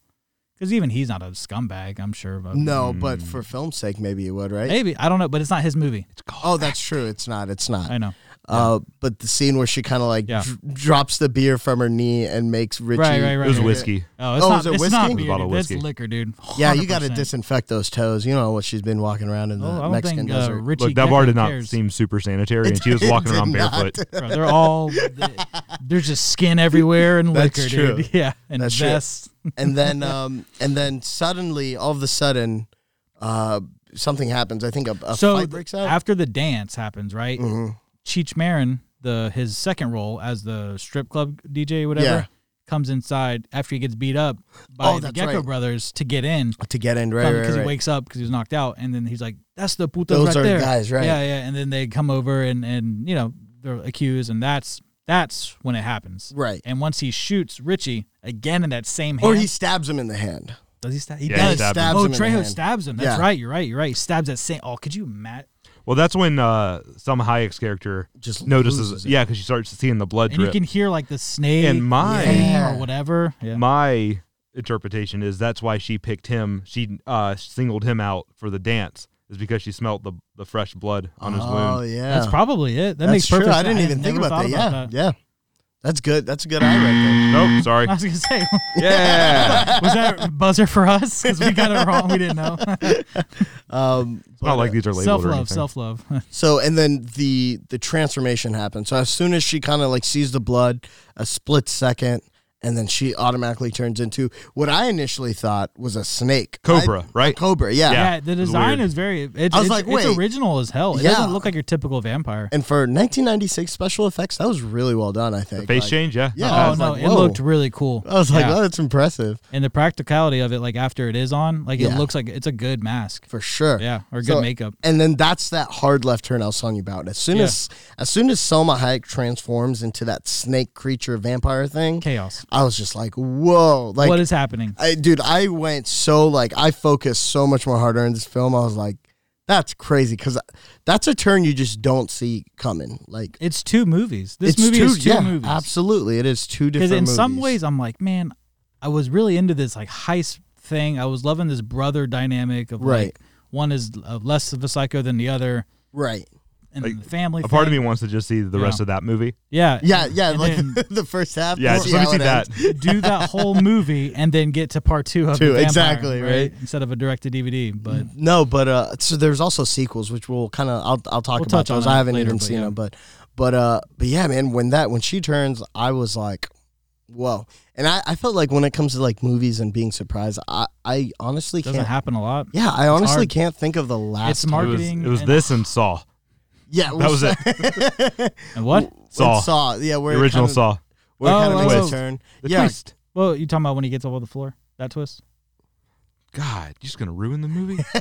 Speaker 3: because even he's not a scumbag. I'm sure, but
Speaker 4: No,
Speaker 1: Mm.
Speaker 4: but for film's sake, maybe it would, right?
Speaker 3: maybe I don't know. But it's not his movie.
Speaker 4: Oh, that's true. It's not. It's not.
Speaker 3: I know.
Speaker 4: Uh, but the scene where she kind of like
Speaker 3: Yeah.
Speaker 4: dr- drops the beer from her knee and makes Richie.
Speaker 3: Right, right, right.
Speaker 1: It was whiskey.
Speaker 3: Oh, it's
Speaker 4: Oh,
Speaker 3: not.
Speaker 4: is it
Speaker 3: it's
Speaker 4: whiskey?
Speaker 3: not
Speaker 4: It was
Speaker 1: a
Speaker 3: beer.
Speaker 1: bottle
Speaker 3: dude.
Speaker 1: of
Speaker 3: That's
Speaker 1: whiskey.
Speaker 3: liquor, dude.
Speaker 4: Yeah, you got to
Speaker 3: 100%.
Speaker 4: disinfect those toes. You know what she's been walking around in the
Speaker 3: Oh, I don't
Speaker 4: Mexican
Speaker 3: think uh,
Speaker 4: desert.
Speaker 3: Richie
Speaker 1: Look, that bar
Speaker 3: Gecko
Speaker 1: did not
Speaker 3: cares.
Speaker 1: seem super sanitary, and she was
Speaker 4: It
Speaker 1: walking
Speaker 4: did
Speaker 1: around
Speaker 4: not.
Speaker 1: barefoot.
Speaker 3: Bro, they're all there's just skin everywhere and
Speaker 4: That's
Speaker 3: liquor,
Speaker 4: true.
Speaker 3: dude. Yeah, and
Speaker 4: That's true.
Speaker 3: vests.
Speaker 4: and then, um, and then suddenly, all of a sudden, uh, something happens. I think a, a
Speaker 3: so
Speaker 4: fight breaks out. Mm-hmm.
Speaker 3: after the dance happens, right? Cheech Marin, the his second role as the strip club DJ, whatever,
Speaker 4: Yeah.
Speaker 3: comes inside after he gets beat up by
Speaker 4: Oh,
Speaker 3: the
Speaker 4: that's
Speaker 3: Gecko
Speaker 4: right.
Speaker 3: Brothers to get in
Speaker 4: to get in, right,
Speaker 3: because
Speaker 4: right,
Speaker 3: he
Speaker 4: right.
Speaker 3: wakes up because he was knocked out, and then he's like, "That's the putas
Speaker 4: Those
Speaker 3: right
Speaker 4: are
Speaker 3: there."
Speaker 4: guys, right.
Speaker 3: Yeah, yeah. And then they come over and and you know they're accused, and that's that's when it happens,
Speaker 4: Right.
Speaker 3: And once he shoots Richie again in that same hand,
Speaker 4: or he stabs him in the hand.
Speaker 3: does he stab? He
Speaker 1: Yeah, he
Speaker 3: does.
Speaker 1: stabbed him.
Speaker 4: stabs
Speaker 3: Oh,
Speaker 4: him in the
Speaker 3: Trejo
Speaker 4: hand.
Speaker 3: stabs him. That's
Speaker 4: Yeah.
Speaker 3: right. You're right. You're right. He stabs that same. Oh, could you, Matt?
Speaker 1: Well, that's when uh, Salma Hayek's character
Speaker 4: Just loses
Speaker 1: notices.
Speaker 4: it.
Speaker 1: Yeah, because she starts seeing the blood
Speaker 3: And you
Speaker 1: drip.
Speaker 3: can hear like the snake
Speaker 1: And mine-
Speaker 3: thing
Speaker 4: Yeah.
Speaker 3: or whatever. Yeah.
Speaker 1: My interpretation is that's why she picked him. She uh, singled him out for the dance is because she smelt the, the fresh blood on his
Speaker 4: Oh
Speaker 1: wound.
Speaker 4: yeah,
Speaker 3: That's probably it. That
Speaker 4: That's
Speaker 3: makes
Speaker 4: true.
Speaker 3: perfect.
Speaker 4: I
Speaker 3: sense.
Speaker 4: didn't even
Speaker 3: had
Speaker 4: think
Speaker 3: never
Speaker 4: about that.
Speaker 3: thought
Speaker 4: yeah, yeah. That's good. That's a good eye right
Speaker 1: Nope, sorry.
Speaker 3: I was gonna say,
Speaker 1: yeah,
Speaker 3: was that buzzer for us? Because we got it wrong. We didn't know.
Speaker 4: there. Um,
Speaker 1: it's not like these are labeled
Speaker 3: self
Speaker 1: or
Speaker 3: love,
Speaker 1: anything.
Speaker 3: self love.
Speaker 4: So and then the the transformation happens. So as soon as she kind of like sees the blood, a split second, and then she automatically turns into what I initially thought was a snake,
Speaker 1: Cobra,
Speaker 4: I-
Speaker 1: right?
Speaker 4: Cobra, yeah.
Speaker 1: Yeah.
Speaker 3: Yeah, the
Speaker 1: it was
Speaker 3: design
Speaker 1: weird.
Speaker 3: is very. It's,
Speaker 4: I was
Speaker 3: it's,
Speaker 4: like,
Speaker 3: it's
Speaker 4: wait.
Speaker 3: original as hell. It
Speaker 4: Yeah.
Speaker 3: doesn't look like your typical vampire.
Speaker 4: And for 1996 special effects, that was really well done. I think
Speaker 1: Face
Speaker 4: Like,
Speaker 1: change, yeah.
Speaker 4: Yeah. I
Speaker 3: oh
Speaker 4: was
Speaker 3: no,
Speaker 4: like,
Speaker 3: it
Speaker 4: whoa.
Speaker 3: looked really cool.
Speaker 4: I was like,
Speaker 3: Yeah.
Speaker 4: oh, that's impressive
Speaker 3: and the practicality of it, like after it is on, like
Speaker 4: Yeah.
Speaker 3: it looks like it's a good mask.
Speaker 4: for sure.
Speaker 3: Yeah, or good
Speaker 4: So-
Speaker 3: makeup.
Speaker 4: And then that's that hard left turn I was telling you about. As soon
Speaker 3: Yeah.
Speaker 4: as as soon as Selma Hayek transforms into that snake creature vampire thing,
Speaker 3: Chaos.
Speaker 4: I was just like, whoa! Like
Speaker 3: what is happening?
Speaker 4: I, dude, I went so like I focused so much more harder in this film. I was like, that's crazy because that's a turn you just don't see coming. Like
Speaker 3: It's two movies. This movie
Speaker 4: two,
Speaker 3: is two
Speaker 4: yeah,
Speaker 3: movies.
Speaker 4: absolutely, it is two different.
Speaker 3: Because in some
Speaker 4: movies.
Speaker 3: ways, I'm like, man, I was really into this like heist thing. I was loving this brother dynamic of
Speaker 4: Right.
Speaker 3: like one is uh, less of a psycho than the other,
Speaker 4: right?
Speaker 3: and
Speaker 1: Like,
Speaker 3: the
Speaker 4: Oh,
Speaker 3: family.
Speaker 1: A part of
Speaker 3: thing.
Speaker 1: me wants to just see the rest
Speaker 3: Yeah.
Speaker 1: of that movie.
Speaker 3: yeah,
Speaker 4: Yeah, yeah.
Speaker 3: And
Speaker 4: like
Speaker 3: then-
Speaker 4: the first half.
Speaker 1: Yeah,
Speaker 4: let's
Speaker 1: just let me
Speaker 4: how
Speaker 1: see
Speaker 4: it
Speaker 1: that.
Speaker 4: ends.
Speaker 3: do that whole movie and then get to part two of
Speaker 4: Two,
Speaker 3: the vampire,
Speaker 4: exactly, right?
Speaker 3: instead of a direct to DVD. But
Speaker 4: No, but uh, so there's also sequels, which we'll kind of I'll, I'll talk
Speaker 3: We'll
Speaker 4: about
Speaker 3: touch on
Speaker 4: those.
Speaker 3: that
Speaker 4: I haven't
Speaker 3: later,
Speaker 4: even
Speaker 3: but
Speaker 4: seen
Speaker 3: yeah.
Speaker 4: them, but but uh, but yeah, man. When that when she turns, I was like, whoa. And I, I felt like when it comes to like movies and being surprised, I I honestly
Speaker 3: it doesn't
Speaker 4: can't.
Speaker 3: happen a lot.
Speaker 4: Yeah, I honestly
Speaker 3: hard.
Speaker 4: can't think of the last.
Speaker 3: It's
Speaker 4: time.
Speaker 1: It was,
Speaker 3: marketing.
Speaker 1: it was
Speaker 3: and-
Speaker 1: this and Saw.
Speaker 4: Yeah,
Speaker 1: That was it.
Speaker 3: and what?
Speaker 1: Saw.
Speaker 4: Saw. Yeah,
Speaker 1: The
Speaker 4: where it
Speaker 1: original
Speaker 4: kind of,
Speaker 1: Saw.
Speaker 4: Where it
Speaker 3: Oh,
Speaker 4: kind of
Speaker 3: oh,
Speaker 4: makes
Speaker 3: oh.
Speaker 4: a turn.
Speaker 1: The
Speaker 4: yeah,
Speaker 1: twist.
Speaker 3: Well, you talking about when he gets up on the floor? That twist.
Speaker 1: God, you're just gonna ruin the movie.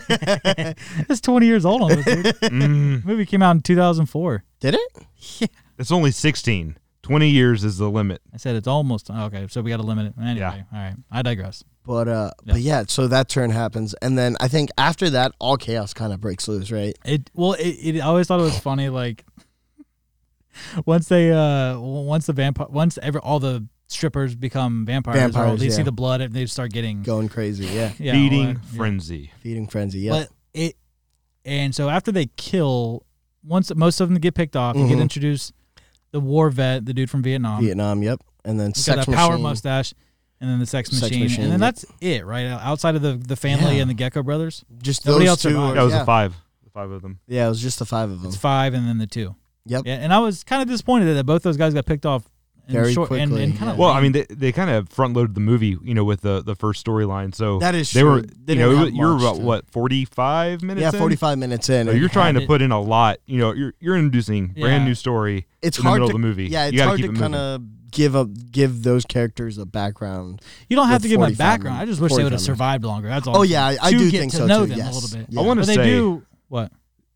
Speaker 3: It's 20 years old on this dude.
Speaker 1: mm,
Speaker 3: movie came out in 2004.
Speaker 4: did it?
Speaker 1: it's only 16. 20 years is the limit.
Speaker 3: I said it's almost oh, okay. So we got to limit it anyway.
Speaker 1: Yeah.
Speaker 3: All right, I digress.
Speaker 4: But uh, but yeah, so that turn happens, and then I think after that, all chaos kind of breaks loose, right?
Speaker 3: It well, it, it I always thought it was funny. Like once they uh w- once the vampire once ever all the strippers become vampires, they're all-
Speaker 4: Vampires,
Speaker 3: they
Speaker 4: yeah.
Speaker 3: see the blood and they start getting
Speaker 4: Going crazy, yeah,
Speaker 3: yeah, all
Speaker 1: Feeding
Speaker 3: that. Yeah.
Speaker 1: frenzy.
Speaker 4: feeding frenzy, yeah.
Speaker 3: But it and so after they kill once most of them get picked off, you get
Speaker 4: Mhm.
Speaker 3: introduced the war vet, the dude from Vietnam.
Speaker 4: Vietnam, yep. And then
Speaker 3: He's
Speaker 4: sex
Speaker 3: Um, got a power
Speaker 4: machine.
Speaker 3: mustache and then the sex
Speaker 4: Sex
Speaker 3: machine,
Speaker 4: Machine,
Speaker 3: and then
Speaker 4: yep.
Speaker 3: that's it right outside of the the family
Speaker 4: Yeah.
Speaker 3: and the gecko brothers
Speaker 4: Just
Speaker 3: Nobody
Speaker 4: those
Speaker 3: else
Speaker 4: two.
Speaker 3: survived.
Speaker 4: were-
Speaker 1: That was
Speaker 4: yeah.
Speaker 1: the five. The five of them.
Speaker 4: Yeah, it was just the five of them.
Speaker 3: it's five and then the two
Speaker 4: Oh. Yep.
Speaker 3: yeah and i was kind of disappointed that both those guys got picked off in
Speaker 4: Very
Speaker 3: short, and-
Speaker 4: quickly,
Speaker 3: And, kind of
Speaker 4: yeah.
Speaker 1: Well, I mean, they, they kind of front loaded the movie, you know, with the, the first storyline. So
Speaker 4: That is
Speaker 1: they
Speaker 4: true.
Speaker 1: were,
Speaker 4: They
Speaker 1: you know,
Speaker 4: didn't
Speaker 1: it
Speaker 4: have
Speaker 1: was- you were
Speaker 4: much
Speaker 1: about
Speaker 4: to-
Speaker 1: what forty five minutes.
Speaker 4: yeah,
Speaker 1: in?
Speaker 4: 45 minutes in.
Speaker 1: So
Speaker 4: and
Speaker 1: you're trying
Speaker 4: had
Speaker 1: to
Speaker 4: it-
Speaker 1: put in a lot. You know, you're you're introducing brand
Speaker 3: Yeah.
Speaker 1: new story.
Speaker 4: It's
Speaker 1: in the
Speaker 4: hard
Speaker 1: middle
Speaker 4: to
Speaker 1: of the movie.
Speaker 4: Yeah, it's
Speaker 1: you gotta
Speaker 4: hard
Speaker 1: keep
Speaker 4: to
Speaker 1: it
Speaker 4: kind
Speaker 1: moving.
Speaker 4: of give a give those characters a background.
Speaker 3: you don't have
Speaker 4: with
Speaker 3: to give them a
Speaker 4: 45
Speaker 3: background. I just wish they would have
Speaker 4: 45
Speaker 3: survived longer. That's all.
Speaker 4: Oh yeah, I, I
Speaker 3: To
Speaker 4: do
Speaker 3: get
Speaker 4: think
Speaker 3: to
Speaker 4: so
Speaker 3: know
Speaker 4: too.
Speaker 3: them a
Speaker 4: yes.
Speaker 3: little bit.
Speaker 4: Yeah.
Speaker 1: I want to
Speaker 3: But they
Speaker 1: say
Speaker 3: do what?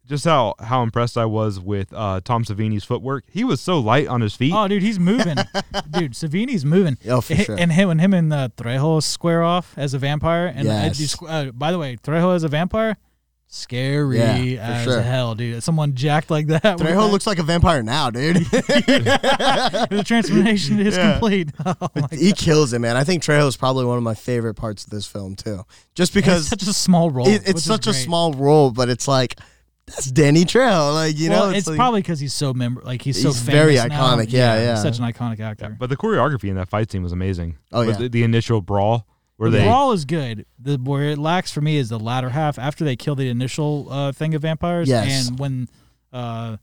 Speaker 1: just how how impressed I was with uh, Tom Savini's footwork. He was so light on his feet.
Speaker 3: Oh, dude, he's moving. dude, Savini's moving.
Speaker 4: Oh, for
Speaker 3: Hi-
Speaker 4: sure.
Speaker 3: And him when him and uh, Trejo square off as a vampire. And I
Speaker 4: Yes.
Speaker 3: just- uh, by the way, Trejo as a vampire, scary
Speaker 4: Yeah, for
Speaker 3: as
Speaker 4: sure.
Speaker 3: hell, dude. Someone jacked like that. with
Speaker 4: Trejo
Speaker 3: that-
Speaker 4: looks like a vampire now, dude.
Speaker 3: the transformation is
Speaker 1: Yeah.
Speaker 3: complete. Oh my God.
Speaker 4: he kills it, man. I think Trejo is probably one of my favorite parts of this film too, just
Speaker 3: It's
Speaker 4: because
Speaker 3: such a small role.
Speaker 4: it,
Speaker 3: which
Speaker 4: it's
Speaker 3: is
Speaker 4: such a
Speaker 3: great.
Speaker 4: small role, but it's like that's Danny Trejo, like you
Speaker 3: well,
Speaker 4: know,
Speaker 3: it's,
Speaker 4: like-
Speaker 3: probably because he's so member, like he's, so
Speaker 4: He's
Speaker 3: famous
Speaker 4: very
Speaker 3: now.
Speaker 4: iconic. Yeah, yeah.
Speaker 3: he's such an iconic actor.
Speaker 1: But the choreography in that fight scene was amazing.
Speaker 4: Oh,
Speaker 1: With
Speaker 4: yeah.
Speaker 1: the, the initial brawl where
Speaker 3: the
Speaker 1: they
Speaker 3: brawl is good. The where it lacks for me is the latter half after they kill the initial uh, thing of vampires.
Speaker 4: Yes.
Speaker 3: and when. Uh,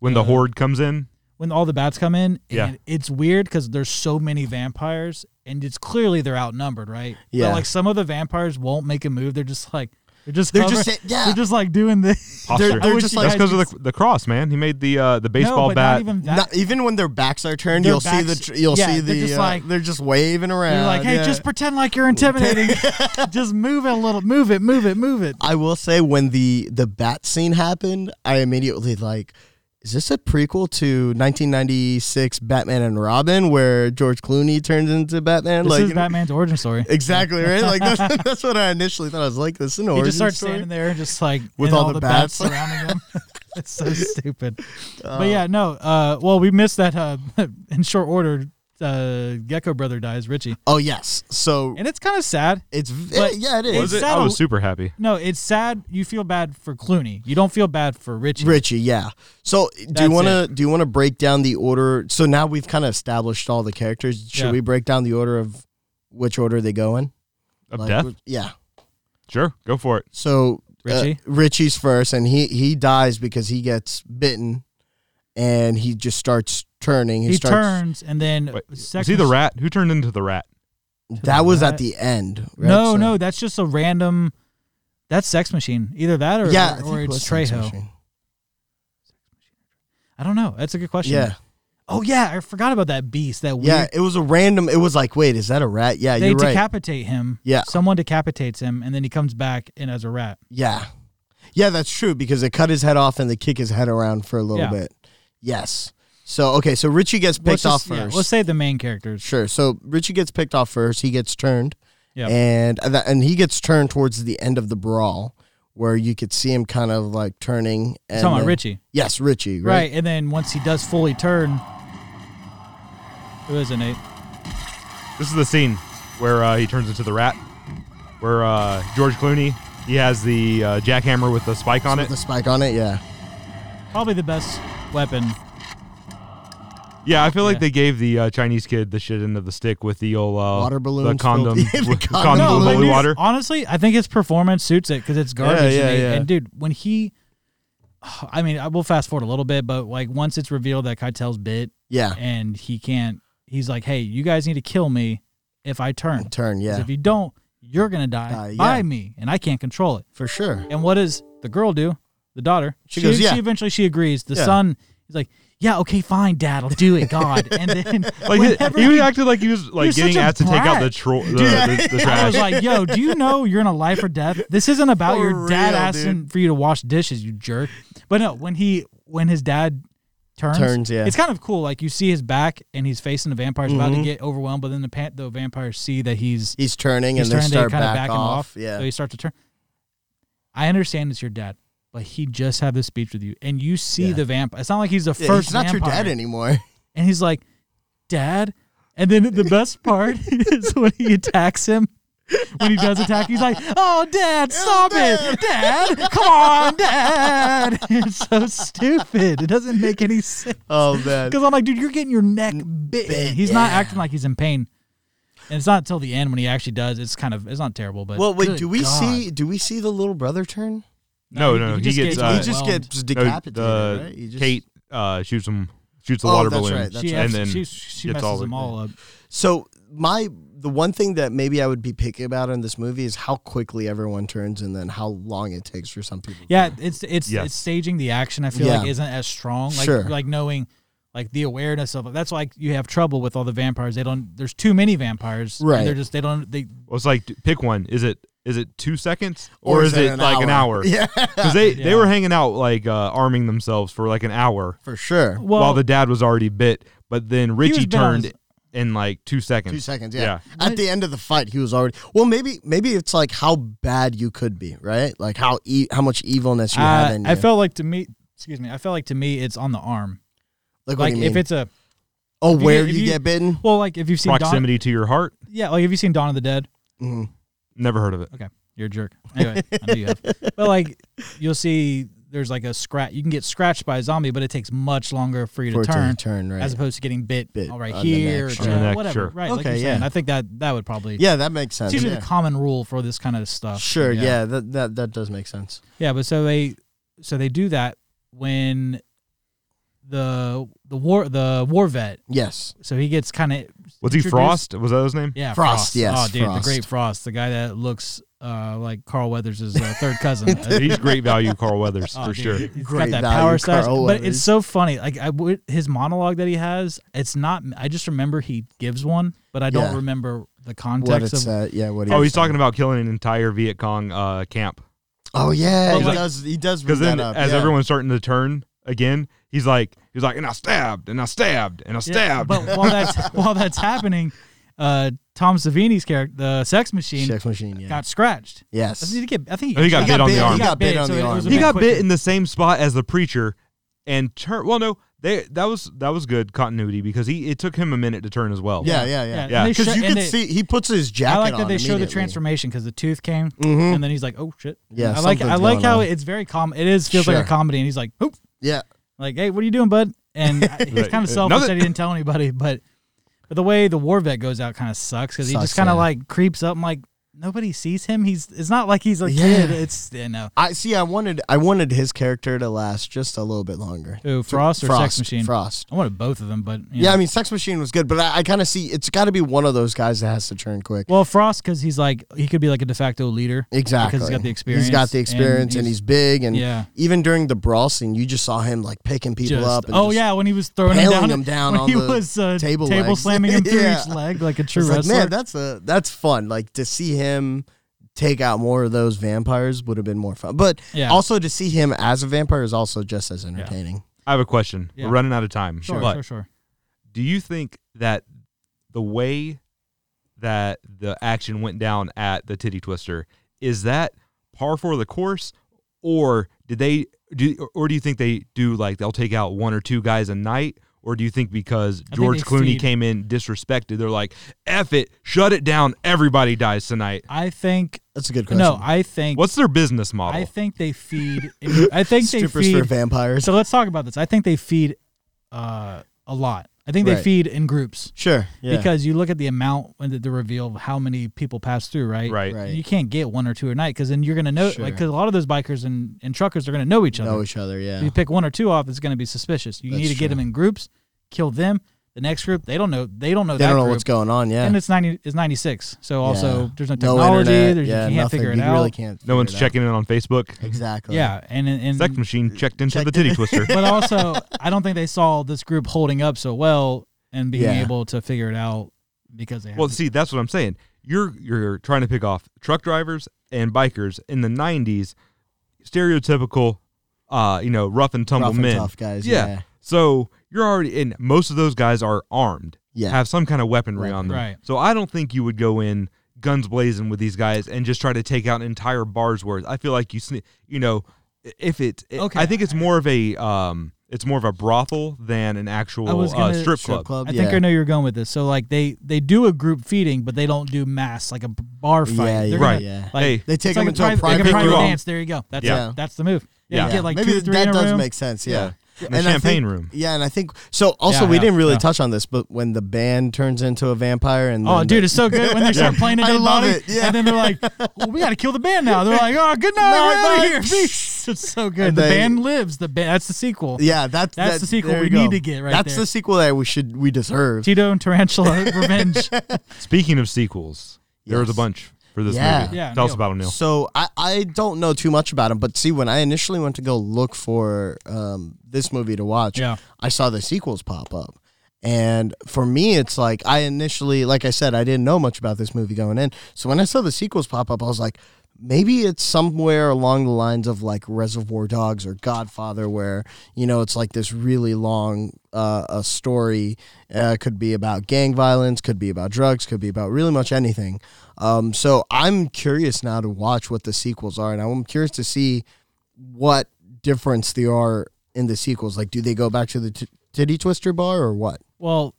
Speaker 1: when the horde comes in.
Speaker 3: when all the bats come in, and
Speaker 1: Yeah.
Speaker 3: it's weird because there's so many vampires, and it's clearly they're outnumbered, right?
Speaker 4: Yeah.
Speaker 3: But like some of the vampires won't make a move; they're just like they're just
Speaker 4: They're
Speaker 3: cover-
Speaker 4: just sit- yeah.
Speaker 3: they're just like doing this.
Speaker 1: Posture.
Speaker 4: they're
Speaker 3: I wish
Speaker 4: just
Speaker 3: you
Speaker 4: like-
Speaker 1: That's
Speaker 3: guys
Speaker 1: because
Speaker 3: could
Speaker 1: of the, the cross, man. He made the uh, the
Speaker 3: no,
Speaker 1: baseball
Speaker 3: but
Speaker 1: bat.
Speaker 3: Not even that.
Speaker 4: Not- even when their backs are turned,
Speaker 3: Their
Speaker 4: you'll see the
Speaker 3: backs-
Speaker 4: tr- you'll
Speaker 3: yeah,
Speaker 4: see
Speaker 3: they're
Speaker 4: the
Speaker 3: just
Speaker 4: uh,
Speaker 3: like-
Speaker 4: they're just waving around.
Speaker 3: You're like, hey,
Speaker 4: yeah.
Speaker 3: just pretend like you're intimidating. just move it a little. Move it. Move it. Move it.
Speaker 4: I will say when the the bat scene happened, I immediately like, is this a prequel to 1996 Batman and Robin where George Clooney turns into Batman?
Speaker 3: This
Speaker 4: like
Speaker 3: is
Speaker 4: you know-
Speaker 3: Batman's origin story.
Speaker 4: exactly right. Like that's, that's what I initially thought. I was like, this is an
Speaker 3: He
Speaker 4: origin
Speaker 3: just starts
Speaker 4: story.
Speaker 3: standing there, just like
Speaker 4: With
Speaker 3: and
Speaker 4: all the
Speaker 3: bats.
Speaker 4: bats. Oh.
Speaker 3: surrounding him. It's so stupid. but yeah, no. Uh, well, we missed that uh, in short order. Uh, Gecko brother dies, Richie,
Speaker 4: Oh yes, so
Speaker 3: and it's kind of sad.
Speaker 4: it's v-
Speaker 3: but
Speaker 4: yeah, it
Speaker 3: it's
Speaker 4: is.
Speaker 1: was it?
Speaker 3: sad
Speaker 1: I
Speaker 3: a-
Speaker 1: was super happy.
Speaker 3: No, it's sad. You feel bad for Clooney. You don't feel bad for Richie.
Speaker 4: Richie, yeah. So, do
Speaker 3: That's
Speaker 4: you want to do you want to break down the order? So now we've kind of established all the characters. Should
Speaker 3: Yeah.
Speaker 4: we break down the order of which order they go in?
Speaker 1: Of
Speaker 4: Like,
Speaker 1: death?
Speaker 4: Yeah.
Speaker 1: Sure, go for it.
Speaker 4: So uh,
Speaker 3: Richie?
Speaker 4: Richie's first, and he he dies because he gets bitten, and he just starts turning. He,
Speaker 3: he
Speaker 4: starts.
Speaker 3: turns, and then
Speaker 1: Wait, was he
Speaker 3: second-
Speaker 1: the rat? Who turned into the rat?
Speaker 4: That was
Speaker 3: Right.
Speaker 4: at the end. Right?
Speaker 3: No,
Speaker 4: So-
Speaker 3: no, that's just a random. That's Sex Machine. Either that or
Speaker 4: yeah, I
Speaker 3: or,
Speaker 4: think it was
Speaker 3: it's
Speaker 4: Sex
Speaker 3: Trejo.
Speaker 4: Machine.
Speaker 3: I don't know. That's a good question.
Speaker 4: Yeah,
Speaker 3: Oh yeah, I forgot about that beast. That weird.
Speaker 4: yeah. It was a random. It was like, wait, is that a rat? Yeah,
Speaker 3: they
Speaker 4: you're right.
Speaker 3: decapitate him.
Speaker 4: Yeah.
Speaker 3: Someone decapitates him, and then he comes back in as a rat.
Speaker 4: Yeah. Yeah, that's true because they cut his head off and they kick his head around for a little
Speaker 3: Yeah.
Speaker 4: bit. Yes. So, okay, so Richie gets picked
Speaker 3: Let's
Speaker 4: off
Speaker 3: just- yeah,
Speaker 4: first.
Speaker 3: let's say the main characters.
Speaker 4: sure. So, Richie gets picked off first. He gets turned.
Speaker 3: Yeah.
Speaker 4: And that, and he gets turned towards the end of the brawl where you could see him kind of like turning. And
Speaker 3: You're talking about
Speaker 4: then-
Speaker 3: Richie.
Speaker 4: Yes, Richie.
Speaker 3: Right.
Speaker 4: Right.
Speaker 3: and then once he does fully turn, who is it, Nate?
Speaker 1: This is the scene where uh, he turns into the rat, where uh, George Clooney he has the uh, jackhammer with the spike on
Speaker 4: With
Speaker 1: it.
Speaker 4: the spike on it. Yeah.
Speaker 3: Probably the best weapon.
Speaker 1: Yeah, I feel like
Speaker 3: Yeah.
Speaker 1: they gave the uh, Chinese kid the shit end of the stick with the old uh,
Speaker 4: Water
Speaker 1: the
Speaker 4: balloons
Speaker 1: condom,
Speaker 4: filled- Yeah, the
Speaker 1: with-
Speaker 4: condom
Speaker 1: condom with
Speaker 4: balloons.
Speaker 1: holy
Speaker 3: dude,
Speaker 1: water.
Speaker 3: Honestly, I think his performance suits it because it's garbage.
Speaker 4: yeah,
Speaker 3: and,
Speaker 4: yeah.
Speaker 3: and dude, when he, I mean, I will fast forward a little bit, but like once it's revealed that Keitel's bit
Speaker 4: Yeah.
Speaker 3: and he can't, he's like, "Hey, you guys need to kill me if I turn.
Speaker 4: Turn.
Speaker 3: 'Cause
Speaker 4: Yeah.
Speaker 3: If you don't, you're gonna die
Speaker 4: Die,
Speaker 3: by
Speaker 4: yeah.
Speaker 3: me, and I can't control it."
Speaker 4: For sure.
Speaker 3: And what does the girl do? The daughter.
Speaker 4: She goes, "Yeah."
Speaker 3: She eventually she agrees. The
Speaker 4: Yeah.
Speaker 3: son is like, yeah, okay, fine, Dad, I'll do it, God. And then
Speaker 1: Like
Speaker 3: whenever
Speaker 1: he, he
Speaker 3: he-
Speaker 1: acted like he was like
Speaker 3: was such
Speaker 1: getting
Speaker 3: a
Speaker 1: asked to take out
Speaker 3: brat.
Speaker 1: the tro- the, the, the
Speaker 3: I
Speaker 1: trash.
Speaker 3: was like, yo, do you know you're in a life or death? This isn't about
Speaker 4: For
Speaker 3: your dad
Speaker 4: real,
Speaker 3: asking for you to wash dishes, you jerk. But no, when he when his dad turns,
Speaker 4: Turns, yeah. Mm-hmm.
Speaker 3: it's kind of cool. Like you see his back and he's facing the vampires about to get overwhelmed, but then the pan- the vampires see that he's
Speaker 4: He's turning
Speaker 3: he's
Speaker 4: and they
Speaker 3: turned they
Speaker 4: start
Speaker 3: kind of
Speaker 4: back,
Speaker 3: back him
Speaker 4: off.
Speaker 3: off.
Speaker 4: Yeah.
Speaker 3: So he starts to turn. I understand it's your dad, but he just had this speech with you, and you see
Speaker 4: Yeah.
Speaker 3: the vamp. It's not like he's the
Speaker 4: Yeah,
Speaker 3: first.
Speaker 4: he's not your
Speaker 3: vampire.
Speaker 4: dad anymore.
Speaker 3: And he's like, Dad. And then the best part is when he attacks him. When he does attack, he's like, "Oh, Dad, stop it, Dad! Come on, Dad!" It's so stupid. It doesn't make any sense.
Speaker 4: Oh, man.
Speaker 3: Because I'm like, dude, you're getting your neck bit.
Speaker 4: Bit,
Speaker 3: He's not
Speaker 4: yeah.
Speaker 3: acting like he's in pain. And it's not until the end when he actually does. It's kind of it's not terrible, but
Speaker 4: Well, wait.
Speaker 3: good
Speaker 4: Do we
Speaker 3: God.
Speaker 4: see? Do we see the little brother turn?
Speaker 1: no, no,
Speaker 3: he
Speaker 1: he,
Speaker 3: just
Speaker 1: gets
Speaker 3: gets-
Speaker 1: uh,
Speaker 4: he just
Speaker 3: overwhelmed.
Speaker 4: gets
Speaker 1: no,
Speaker 4: decapitated.
Speaker 1: the
Speaker 4: right? He just,
Speaker 1: Kate uh, shoots him shoots shoots the
Speaker 4: Oh,
Speaker 1: water
Speaker 4: that's
Speaker 1: balloon,
Speaker 4: right, that's
Speaker 3: she
Speaker 1: and
Speaker 4: right.
Speaker 3: abs-
Speaker 1: then
Speaker 3: she, she
Speaker 1: gets
Speaker 3: messes
Speaker 1: all
Speaker 3: them all up.
Speaker 4: So my the one thing that maybe I would be picky about in this movie is how quickly everyone turns and then how long it takes for some people.
Speaker 3: Yeah, it's it's
Speaker 1: Yes.
Speaker 3: it's staging the action. I feel
Speaker 4: Yeah.
Speaker 3: like isn't as strong. Like
Speaker 4: Sure.
Speaker 3: like knowing like the awareness of that's why you have trouble with all the vampires. They don't. There's too many vampires. and
Speaker 4: Right.
Speaker 3: They're just they don't they
Speaker 1: Well, it's like d- pick one. Is it is it two seconds or, is,
Speaker 4: that
Speaker 1: it like an hour?
Speaker 4: Yeah,
Speaker 1: because they
Speaker 3: Yeah.
Speaker 1: they were hanging out like uh, arming themselves for like an hour
Speaker 4: for sure.
Speaker 3: well
Speaker 1: while the dad was already bit. But then
Speaker 3: was
Speaker 1: Richie
Speaker 3: bit on
Speaker 1: turned
Speaker 3: his-
Speaker 1: in like two seconds.
Speaker 4: Two seconds, yeah. At the end of the fight, he was already. Well, maybe maybe it's like how bad you could be, right? Like how e- how much evilness you have
Speaker 3: I,
Speaker 4: in you.
Speaker 3: Uh, I felt like to me. Excuse me. I felt like to me it's on the arm.
Speaker 4: like, what
Speaker 3: Like
Speaker 4: do you mean?
Speaker 3: if it's a
Speaker 4: oh,
Speaker 3: if you-
Speaker 4: where
Speaker 3: if
Speaker 4: you,
Speaker 3: you-
Speaker 4: get bitten?
Speaker 3: well, like if you've seen Dawn,
Speaker 1: Proximity to your heart.
Speaker 3: yeah, like have you seen Dawn of the Dead?
Speaker 4: Mhm.
Speaker 1: Never heard of it.
Speaker 3: Okay, you're a jerk. Anyway, I know you have. But like, you'll see there's like a scratch. You can get scratched by a zombie, but it takes much longer for you
Speaker 4: For it
Speaker 3: to turn,
Speaker 4: turn, right?
Speaker 3: as opposed to getting bit,
Speaker 4: Bit
Speaker 3: all right
Speaker 4: on the
Speaker 3: here,
Speaker 4: neck,
Speaker 3: or
Speaker 4: sure.
Speaker 1: On the
Speaker 3: uh,
Speaker 1: neck,
Speaker 3: whatever.
Speaker 1: sure.
Speaker 3: Right? like
Speaker 4: Okay,
Speaker 3: you're saying.
Speaker 4: yeah.
Speaker 3: I think that that would probably.
Speaker 4: yeah, that makes sense.
Speaker 3: It's usually
Speaker 4: yeah.
Speaker 3: the common rule for this kind of stuff.
Speaker 4: sure, yeah.
Speaker 3: yeah.
Speaker 4: that, that that does make sense.
Speaker 3: Yeah, but so they so they do that when the the war the war vet
Speaker 4: Yes,
Speaker 3: so he gets kind of
Speaker 1: Was he Frost? Was that his name?
Speaker 3: Yeah,
Speaker 4: Frost, yes,
Speaker 3: oh, dude,
Speaker 4: Frost.
Speaker 3: the great Frost, the guy that looks uh, like Carl Weathers' uh, third cousin.
Speaker 1: He's great value, Carl Weathers
Speaker 3: Oh,
Speaker 1: for
Speaker 3: dude,
Speaker 1: sure.
Speaker 3: he's
Speaker 4: Great
Speaker 3: got that
Speaker 4: value,
Speaker 3: power stash,
Speaker 4: Carl
Speaker 3: but it's
Speaker 4: Weathers.
Speaker 3: so funny. Like I would, his monologue that he has, it's not. I just remember he gives one, but I don't
Speaker 4: Yeah.
Speaker 3: remember the
Speaker 4: what
Speaker 3: context
Speaker 4: it's
Speaker 3: of.
Speaker 4: uh, yeah. What
Speaker 1: Oh, he's talking about killing an entire Viet Cong uh, camp.
Speaker 4: Oh yeah,
Speaker 3: Well,
Speaker 4: he
Speaker 3: like-
Speaker 4: does. He does bring
Speaker 1: Because then,
Speaker 4: that up.
Speaker 1: as
Speaker 4: yeah.
Speaker 1: everyone's starting to turn again, he's like, he's like, and I stabbed, and I stabbed, and I
Speaker 3: Yeah,
Speaker 1: stabbed.
Speaker 3: But while that's while that's happening, uh, Tom Savini's character, the sex machine,
Speaker 4: Sex machine, yeah.
Speaker 3: got scratched.
Speaker 4: yes.
Speaker 3: I think he get- I think
Speaker 1: Oh, he got bit on the arm.
Speaker 4: He got bit on
Speaker 3: so
Speaker 4: the
Speaker 3: it
Speaker 4: arm.
Speaker 3: was a
Speaker 1: he
Speaker 3: bit
Speaker 1: got
Speaker 3: quick.
Speaker 1: bit in the same spot as the preacher and turn well no they that was that was good continuity because he it took him a minute to turn as well
Speaker 4: Yeah, yeah, yeah.
Speaker 3: and
Speaker 1: Yeah.
Speaker 3: they
Speaker 4: Because
Speaker 3: sho-
Speaker 4: you
Speaker 3: and
Speaker 4: can
Speaker 3: they-
Speaker 4: see he puts his jacket
Speaker 3: I
Speaker 4: on.
Speaker 3: like that they show the
Speaker 4: immediately.
Speaker 3: transformation because the tooth came,
Speaker 1: Mm-hmm.
Speaker 4: Mhm.
Speaker 3: and then he's like, "Oh shit!"
Speaker 4: Yeah,
Speaker 3: I like I
Speaker 4: something's
Speaker 3: like
Speaker 4: going
Speaker 3: how
Speaker 4: on.
Speaker 3: it's very calm. It is feels like
Speaker 4: Sure.
Speaker 3: a comedy, and he's like, "Oop!"
Speaker 4: Yeah,
Speaker 3: Like, "Hey, what are you doing, bud?" And I- he's
Speaker 1: Right.
Speaker 3: kind of selfish
Speaker 1: Another-
Speaker 3: that he didn't tell anybody, but but the way the war vet goes out kind of sucks because he
Speaker 4: Sucks,
Speaker 3: just kind of
Speaker 4: yeah.
Speaker 3: like creeps up and like nobody sees him. He's it's not like he's a
Speaker 4: Yeah.
Speaker 3: kid. It's you know
Speaker 4: I see. I wanted I wanted his character to last just a little bit longer.
Speaker 3: Who, Frost or Sex Machine?
Speaker 4: Frost.
Speaker 3: I wanted both of them, but you
Speaker 4: Yeah,
Speaker 3: know.
Speaker 4: I mean, Sex Machine was good, but I, I kind of see it's got to be one of those guys that has to turn quick.
Speaker 3: Well, Frost because he's like he could be like a de facto leader
Speaker 4: exactly,
Speaker 3: because he's got the experience.
Speaker 4: He's got the experience, and, he's, big, and
Speaker 3: Yeah.
Speaker 4: even during the brawl scene, you just saw him like picking people
Speaker 3: just-
Speaker 4: up. And
Speaker 3: oh
Speaker 4: just-
Speaker 3: yeah, when he was throwing him
Speaker 4: Nailing
Speaker 3: down,
Speaker 4: him down
Speaker 3: when
Speaker 4: on
Speaker 3: he
Speaker 4: the
Speaker 3: was uh,
Speaker 4: table
Speaker 3: table,
Speaker 4: legs.
Speaker 3: slamming him through
Speaker 4: Yeah.
Speaker 3: each leg like a true
Speaker 4: It's like,
Speaker 3: wrestler.
Speaker 4: man, that's a that's fun. Like to see him take out more of those vampires would have been more fun. But
Speaker 3: Yeah.
Speaker 4: also to see him as a vampire is also just as entertaining.
Speaker 1: i have a question
Speaker 3: Yeah.
Speaker 1: we're running out of time
Speaker 3: sure,
Speaker 1: but
Speaker 3: sure, sure.
Speaker 1: do you think that the way that the action went down at the titty twister is that par for the course or did they do or do you think they do like they'll take out one or two guys a night or do you think because
Speaker 3: I think
Speaker 1: George
Speaker 3: they
Speaker 1: Clooney
Speaker 3: feed-
Speaker 1: came in disrespected, they're like, F it, shut it down, everybody dies tonight.
Speaker 3: I think
Speaker 4: That's a good question.
Speaker 3: no, I think
Speaker 1: What's their business model?
Speaker 3: I think they feed. I think they
Speaker 4: strippers for
Speaker 3: feed.
Speaker 4: vampires?
Speaker 3: So let's talk about this. I think they feed uh, a lot. I think they
Speaker 4: Right.
Speaker 3: feed in groups
Speaker 4: sure, yeah,
Speaker 3: because you look at the amount when the, the reveal of how many people pass through, right?
Speaker 1: right.
Speaker 4: right,
Speaker 3: You can't get one or two a night because then you're gonna know, like 'cause
Speaker 4: Sure.
Speaker 3: like, because a lot of those bikers and, and truckers are gonna know each other.
Speaker 4: know each other, yeah.
Speaker 3: If you pick one or two off, it's going to be suspicious. You
Speaker 4: That's
Speaker 3: need to get
Speaker 4: true.
Speaker 3: them in groups, kill them. The next group, they don't know. They don't know.
Speaker 4: They
Speaker 3: that
Speaker 4: don't know
Speaker 3: group.
Speaker 4: what's going on, yeah.
Speaker 3: And it's ninety. It's ninety six. So also,
Speaker 4: Yeah.
Speaker 3: there's no technology.
Speaker 4: internet,
Speaker 3: there's,
Speaker 4: yeah,
Speaker 3: you can't
Speaker 4: nothing.
Speaker 3: figure it
Speaker 4: you
Speaker 3: out.
Speaker 4: really can't.
Speaker 1: No one's
Speaker 4: figure it out.
Speaker 1: checking in on Facebook.
Speaker 4: Exactly.
Speaker 3: Yeah, and and, and-
Speaker 1: Sex machine checked into the titty twister.
Speaker 3: but also, I don't think they saw this group holding up so well and being
Speaker 4: Yeah.
Speaker 3: able to figure it out because they. Have
Speaker 1: Well,
Speaker 3: to-
Speaker 1: see, that's what I'm saying. You're you're trying to pick off truck drivers and bikers in the '90s, stereotypical, uh, you know, rough and tumble
Speaker 4: Rough and
Speaker 1: men,
Speaker 4: tough guys, yeah.
Speaker 1: So you're already in. Most of those guys are armed.
Speaker 4: Yeah.
Speaker 1: Have some kind of weaponry
Speaker 4: Right.
Speaker 1: on them.
Speaker 3: Right.
Speaker 1: So I don't think you would go in guns blazing with these guys and just try to take out entire bars worth. I feel like you sne- you know, i- if it, it-
Speaker 3: Okay.
Speaker 1: I think it's more of a um, it's more of a brothel than an actual
Speaker 3: was
Speaker 1: uh,
Speaker 3: gonna-
Speaker 1: strip,
Speaker 4: Strip club.
Speaker 3: I think
Speaker 4: yeah.
Speaker 3: I know you're going with this. So like they they do a group feeding, but they don't do mass like a bar fight.
Speaker 4: Yeah,
Speaker 3: They're
Speaker 4: yeah,
Speaker 1: Right.
Speaker 4: yeah.
Speaker 3: Like,
Speaker 1: hey,
Speaker 4: They take
Speaker 3: it's like
Speaker 4: them into a
Speaker 3: private, like
Speaker 4: private
Speaker 3: a private
Speaker 1: room.
Speaker 3: dance. There you go. That's
Speaker 4: Yeah.
Speaker 3: that's the move.
Speaker 1: Yeah.
Speaker 3: You get like
Speaker 4: Maybe
Speaker 3: two or three
Speaker 4: that
Speaker 3: in a
Speaker 4: does
Speaker 3: room.
Speaker 4: make sense. Yeah.
Speaker 1: the
Speaker 4: and I
Speaker 1: champagne
Speaker 4: think-
Speaker 1: room.
Speaker 4: Yeah, and I think so. Also,
Speaker 3: Yeah,
Speaker 4: we
Speaker 3: yeah,
Speaker 4: didn't really
Speaker 3: yeah.
Speaker 4: touch on this, but when the band turns into a vampire and
Speaker 3: Oh,
Speaker 4: then
Speaker 3: dude,
Speaker 4: the-
Speaker 3: it's so good when they start playing a
Speaker 4: I
Speaker 3: dead
Speaker 4: love
Speaker 3: body,
Speaker 4: it, yeah.
Speaker 3: and then they're like, "Well, "We got to kill the band now." They're like, "Oh, good night,
Speaker 4: Night,
Speaker 3: we're out
Speaker 4: night."
Speaker 3: of here." Peace. It's so good.
Speaker 4: And
Speaker 3: the
Speaker 4: they-
Speaker 3: band lives. The band. That's the sequel.
Speaker 4: yeah, that's
Speaker 3: That's
Speaker 4: that-
Speaker 3: the sequel
Speaker 4: there
Speaker 3: we
Speaker 4: you go.
Speaker 3: need to get right
Speaker 4: That's
Speaker 3: there.
Speaker 4: the sequel that we should we deserve.
Speaker 3: Tito and Tarantula Revenge.
Speaker 1: Speaking of sequels, there was a
Speaker 4: Yes.
Speaker 1: bunch for this
Speaker 4: Yeah.
Speaker 1: movie.
Speaker 3: Yeah,
Speaker 1: Tell us
Speaker 3: Neil.
Speaker 1: about them, Neil.
Speaker 4: So I, I don't know too much about him, but see, when I initially went to go look for um, this movie to watch,
Speaker 3: Yeah.
Speaker 4: I saw the sequels pop up. And for me, it's like I initially, like I said, I didn't know much about this movie going in. So when I saw the sequels pop up, I was like, maybe it's somewhere along the lines of like Reservoir Dogs or Godfather, where you know it's like this really long uh, a story. Uh, could be about gang violence, could be about drugs, could be about really much anything. Um, so I'm curious now to watch what the sequels are, and I'm curious to see what difference there are in the sequels. Like, do they go back to the t- titty twister bar or what?
Speaker 3: well,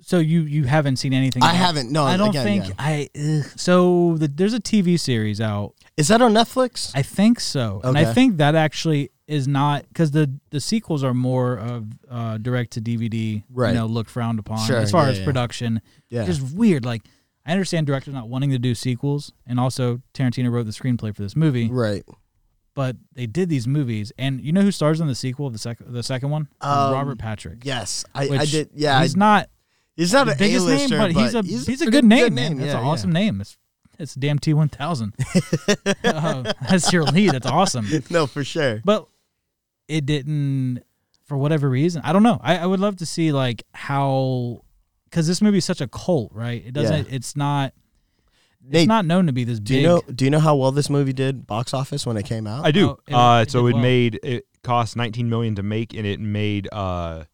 Speaker 3: so you you haven't seen anything?
Speaker 4: I
Speaker 3: about-
Speaker 4: haven't. No,
Speaker 3: I don't
Speaker 4: again,
Speaker 3: think
Speaker 4: yeah.
Speaker 3: I. Ugh. So the, there's a TV series out.
Speaker 4: Is that on Netflix?
Speaker 3: I think so, and I
Speaker 4: Okay.
Speaker 3: think that actually is not because the the sequels are more of uh, direct to DVD.
Speaker 4: Right.
Speaker 3: You know, look frowned upon
Speaker 4: Sure,
Speaker 3: as far
Speaker 4: yeah,
Speaker 3: as
Speaker 4: yeah.
Speaker 3: production.
Speaker 4: Yeah.
Speaker 3: Just weird. Like I understand directors not wanting to do sequels, and also Tarantino wrote the screenplay for this movie,
Speaker 4: right.
Speaker 3: but they did these movies, and you know who stars in the sequel of the second the second one?
Speaker 4: Um,
Speaker 3: Robert Patrick.
Speaker 4: Yes, I, I
Speaker 3: which
Speaker 4: did. Yeah, I-
Speaker 3: he's not
Speaker 4: he's not
Speaker 3: the
Speaker 4: an
Speaker 3: biggest name,
Speaker 4: A-lister,
Speaker 3: but he's a he's, a good name, man. That's
Speaker 4: yeah,
Speaker 3: an
Speaker 4: yeah.
Speaker 3: awesome name. It's it's damn T one thousand. Uh, That's your lead. That's awesome.
Speaker 4: No, for sure.
Speaker 3: But it didn't for whatever reason. I don't know. I, I would love to see like how because this movie is such a cult, right? It doesn't. It's not.
Speaker 4: Nate,
Speaker 3: It's not known to be this
Speaker 4: do
Speaker 3: big.
Speaker 4: you know? Do you know how well this movie did box office when it came out?
Speaker 1: I do.
Speaker 3: Oh, it-
Speaker 1: uh,
Speaker 3: it
Speaker 1: so
Speaker 3: did
Speaker 1: it
Speaker 3: well.
Speaker 1: made it cost 19 million to make, and it made uh,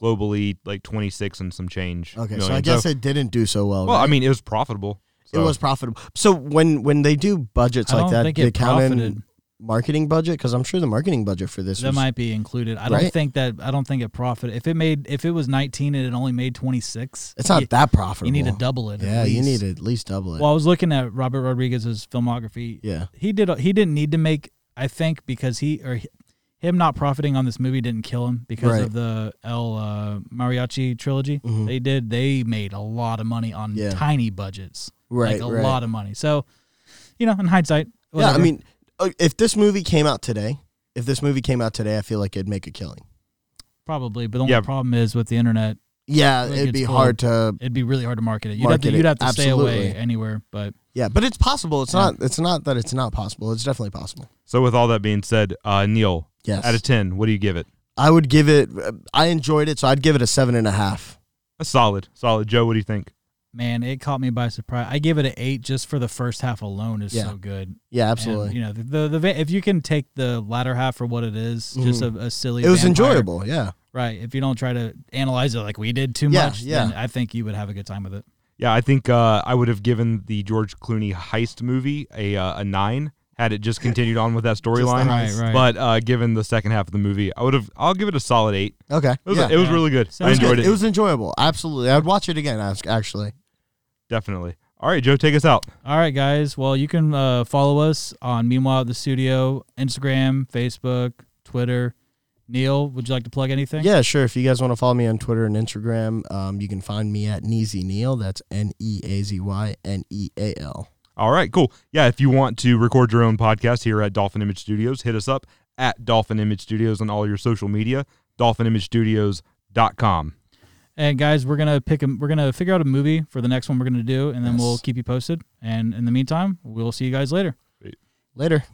Speaker 1: globally like 26 and some change.
Speaker 4: okay, so
Speaker 1: million.
Speaker 4: I guess it didn't do so well.
Speaker 1: Well,
Speaker 4: right?
Speaker 1: I mean, it was profitable.
Speaker 4: it
Speaker 1: so-
Speaker 4: was profitable. So when when they do budgets
Speaker 3: I
Speaker 4: like
Speaker 3: don't
Speaker 4: that,
Speaker 3: think
Speaker 4: they
Speaker 3: it
Speaker 4: count
Speaker 3: profited.
Speaker 4: in marketing budget because I'm sure the marketing budget for this
Speaker 3: that
Speaker 4: was
Speaker 3: might be included. I don't
Speaker 4: Right?
Speaker 3: think that. I don't think it profit. If it made. If it was nineteen and it only made twenty six,
Speaker 4: it's not that profitable.
Speaker 3: You need to double it. at
Speaker 4: Yeah, you
Speaker 3: least.
Speaker 4: need to at least double it.
Speaker 3: Well, I was looking at Robert Rodriguez's filmography.
Speaker 4: yeah,
Speaker 3: he did he didn't need to make I think because he or he- him not profiting on this movie didn't kill him because
Speaker 4: Right.
Speaker 3: of the El uh, Mariachi trilogy.
Speaker 4: Mhm.
Speaker 3: They did they made a lot of money on
Speaker 4: Yeah.
Speaker 3: tiny budgets. like
Speaker 4: right,
Speaker 3: a
Speaker 4: right.
Speaker 3: lot of money. So, you know, in hindsight,
Speaker 4: yeah, I
Speaker 3: whatever.
Speaker 4: mean, uh, if this movie came out today, if this movie came out today, I feel like it'd make a killing.
Speaker 3: probably, but the only
Speaker 1: Yeah.
Speaker 3: problem is with the internet,
Speaker 4: Yeah,
Speaker 3: Like
Speaker 4: it'd
Speaker 3: it's
Speaker 4: be
Speaker 3: full.
Speaker 4: hard to.
Speaker 3: it'd be really hard to market it. You'd have
Speaker 4: Market
Speaker 3: to
Speaker 4: it,
Speaker 3: you'd have to stay away
Speaker 4: absolutely.
Speaker 3: anywhere, but
Speaker 4: Yeah, but it's possible. It's
Speaker 3: Yeah.
Speaker 4: not. It's not that it's not possible. It's definitely possible.
Speaker 1: So with all that being said, uh, Neil,
Speaker 4: Yes.
Speaker 1: out of 10, what do you give it?
Speaker 4: I would give it. I enjoyed it, so I'd give it a seven and a half.
Speaker 1: A solid, solid. Joe, what do you think?
Speaker 3: man, it caught me by surprise. I give it an 8 just for the first half alone is
Speaker 4: Yeah.
Speaker 3: so good.
Speaker 4: Yeah,
Speaker 3: And,
Speaker 4: absolutely.
Speaker 3: you know, the, the the va- if you can take the latter half for what it is, just a, a silly.
Speaker 4: Mm-hmm. it was
Speaker 3: vampire-
Speaker 4: enjoyable. Yeah.
Speaker 3: right? If you don't try to analyze it like we did too
Speaker 4: Yeah,
Speaker 3: much,
Speaker 4: yeah.
Speaker 3: then I think you would have a good time with it.
Speaker 1: Yeah, I think uh, I would have given the George Clooney heist movie a uh, a nine had it just continued on with that storyline.
Speaker 3: Right, right.
Speaker 1: But uh, given the second half of the movie, I would have. I'll give it a solid eight.
Speaker 4: Okay.
Speaker 1: It was,
Speaker 4: yeah.
Speaker 1: it was
Speaker 3: Yeah.
Speaker 1: really good. I
Speaker 3: Sounds
Speaker 4: was good.
Speaker 1: enjoyed it.
Speaker 4: It was enjoyable. Absolutely. I'd watch it again. act- Actually.
Speaker 1: definitely. All right, Joe, take us out.
Speaker 3: All right, guys. Well, you can uh, follow us on Meanwhile at the Studio, Instagram, Facebook, Twitter. Neil, would you like to plug anything?
Speaker 4: Yeah, sure. If you guys want to follow me on Twitter and Instagram, um, you can find me at Neezy Neal. That's N E A Z Y N E A L.
Speaker 1: All right, cool. Yeah, if you want to record your own podcast here at Dolphin Image Studios, hit us up at Dolphin Image Studios on all your social media, dolphinimagestudios.com.
Speaker 3: And guys, we're gonna pick a, we're gonna figure out a movie for the next one we're gonna do, and then
Speaker 4: Yes.
Speaker 3: we'll keep you posted. And in the meantime, we'll see you guys later.
Speaker 4: Later.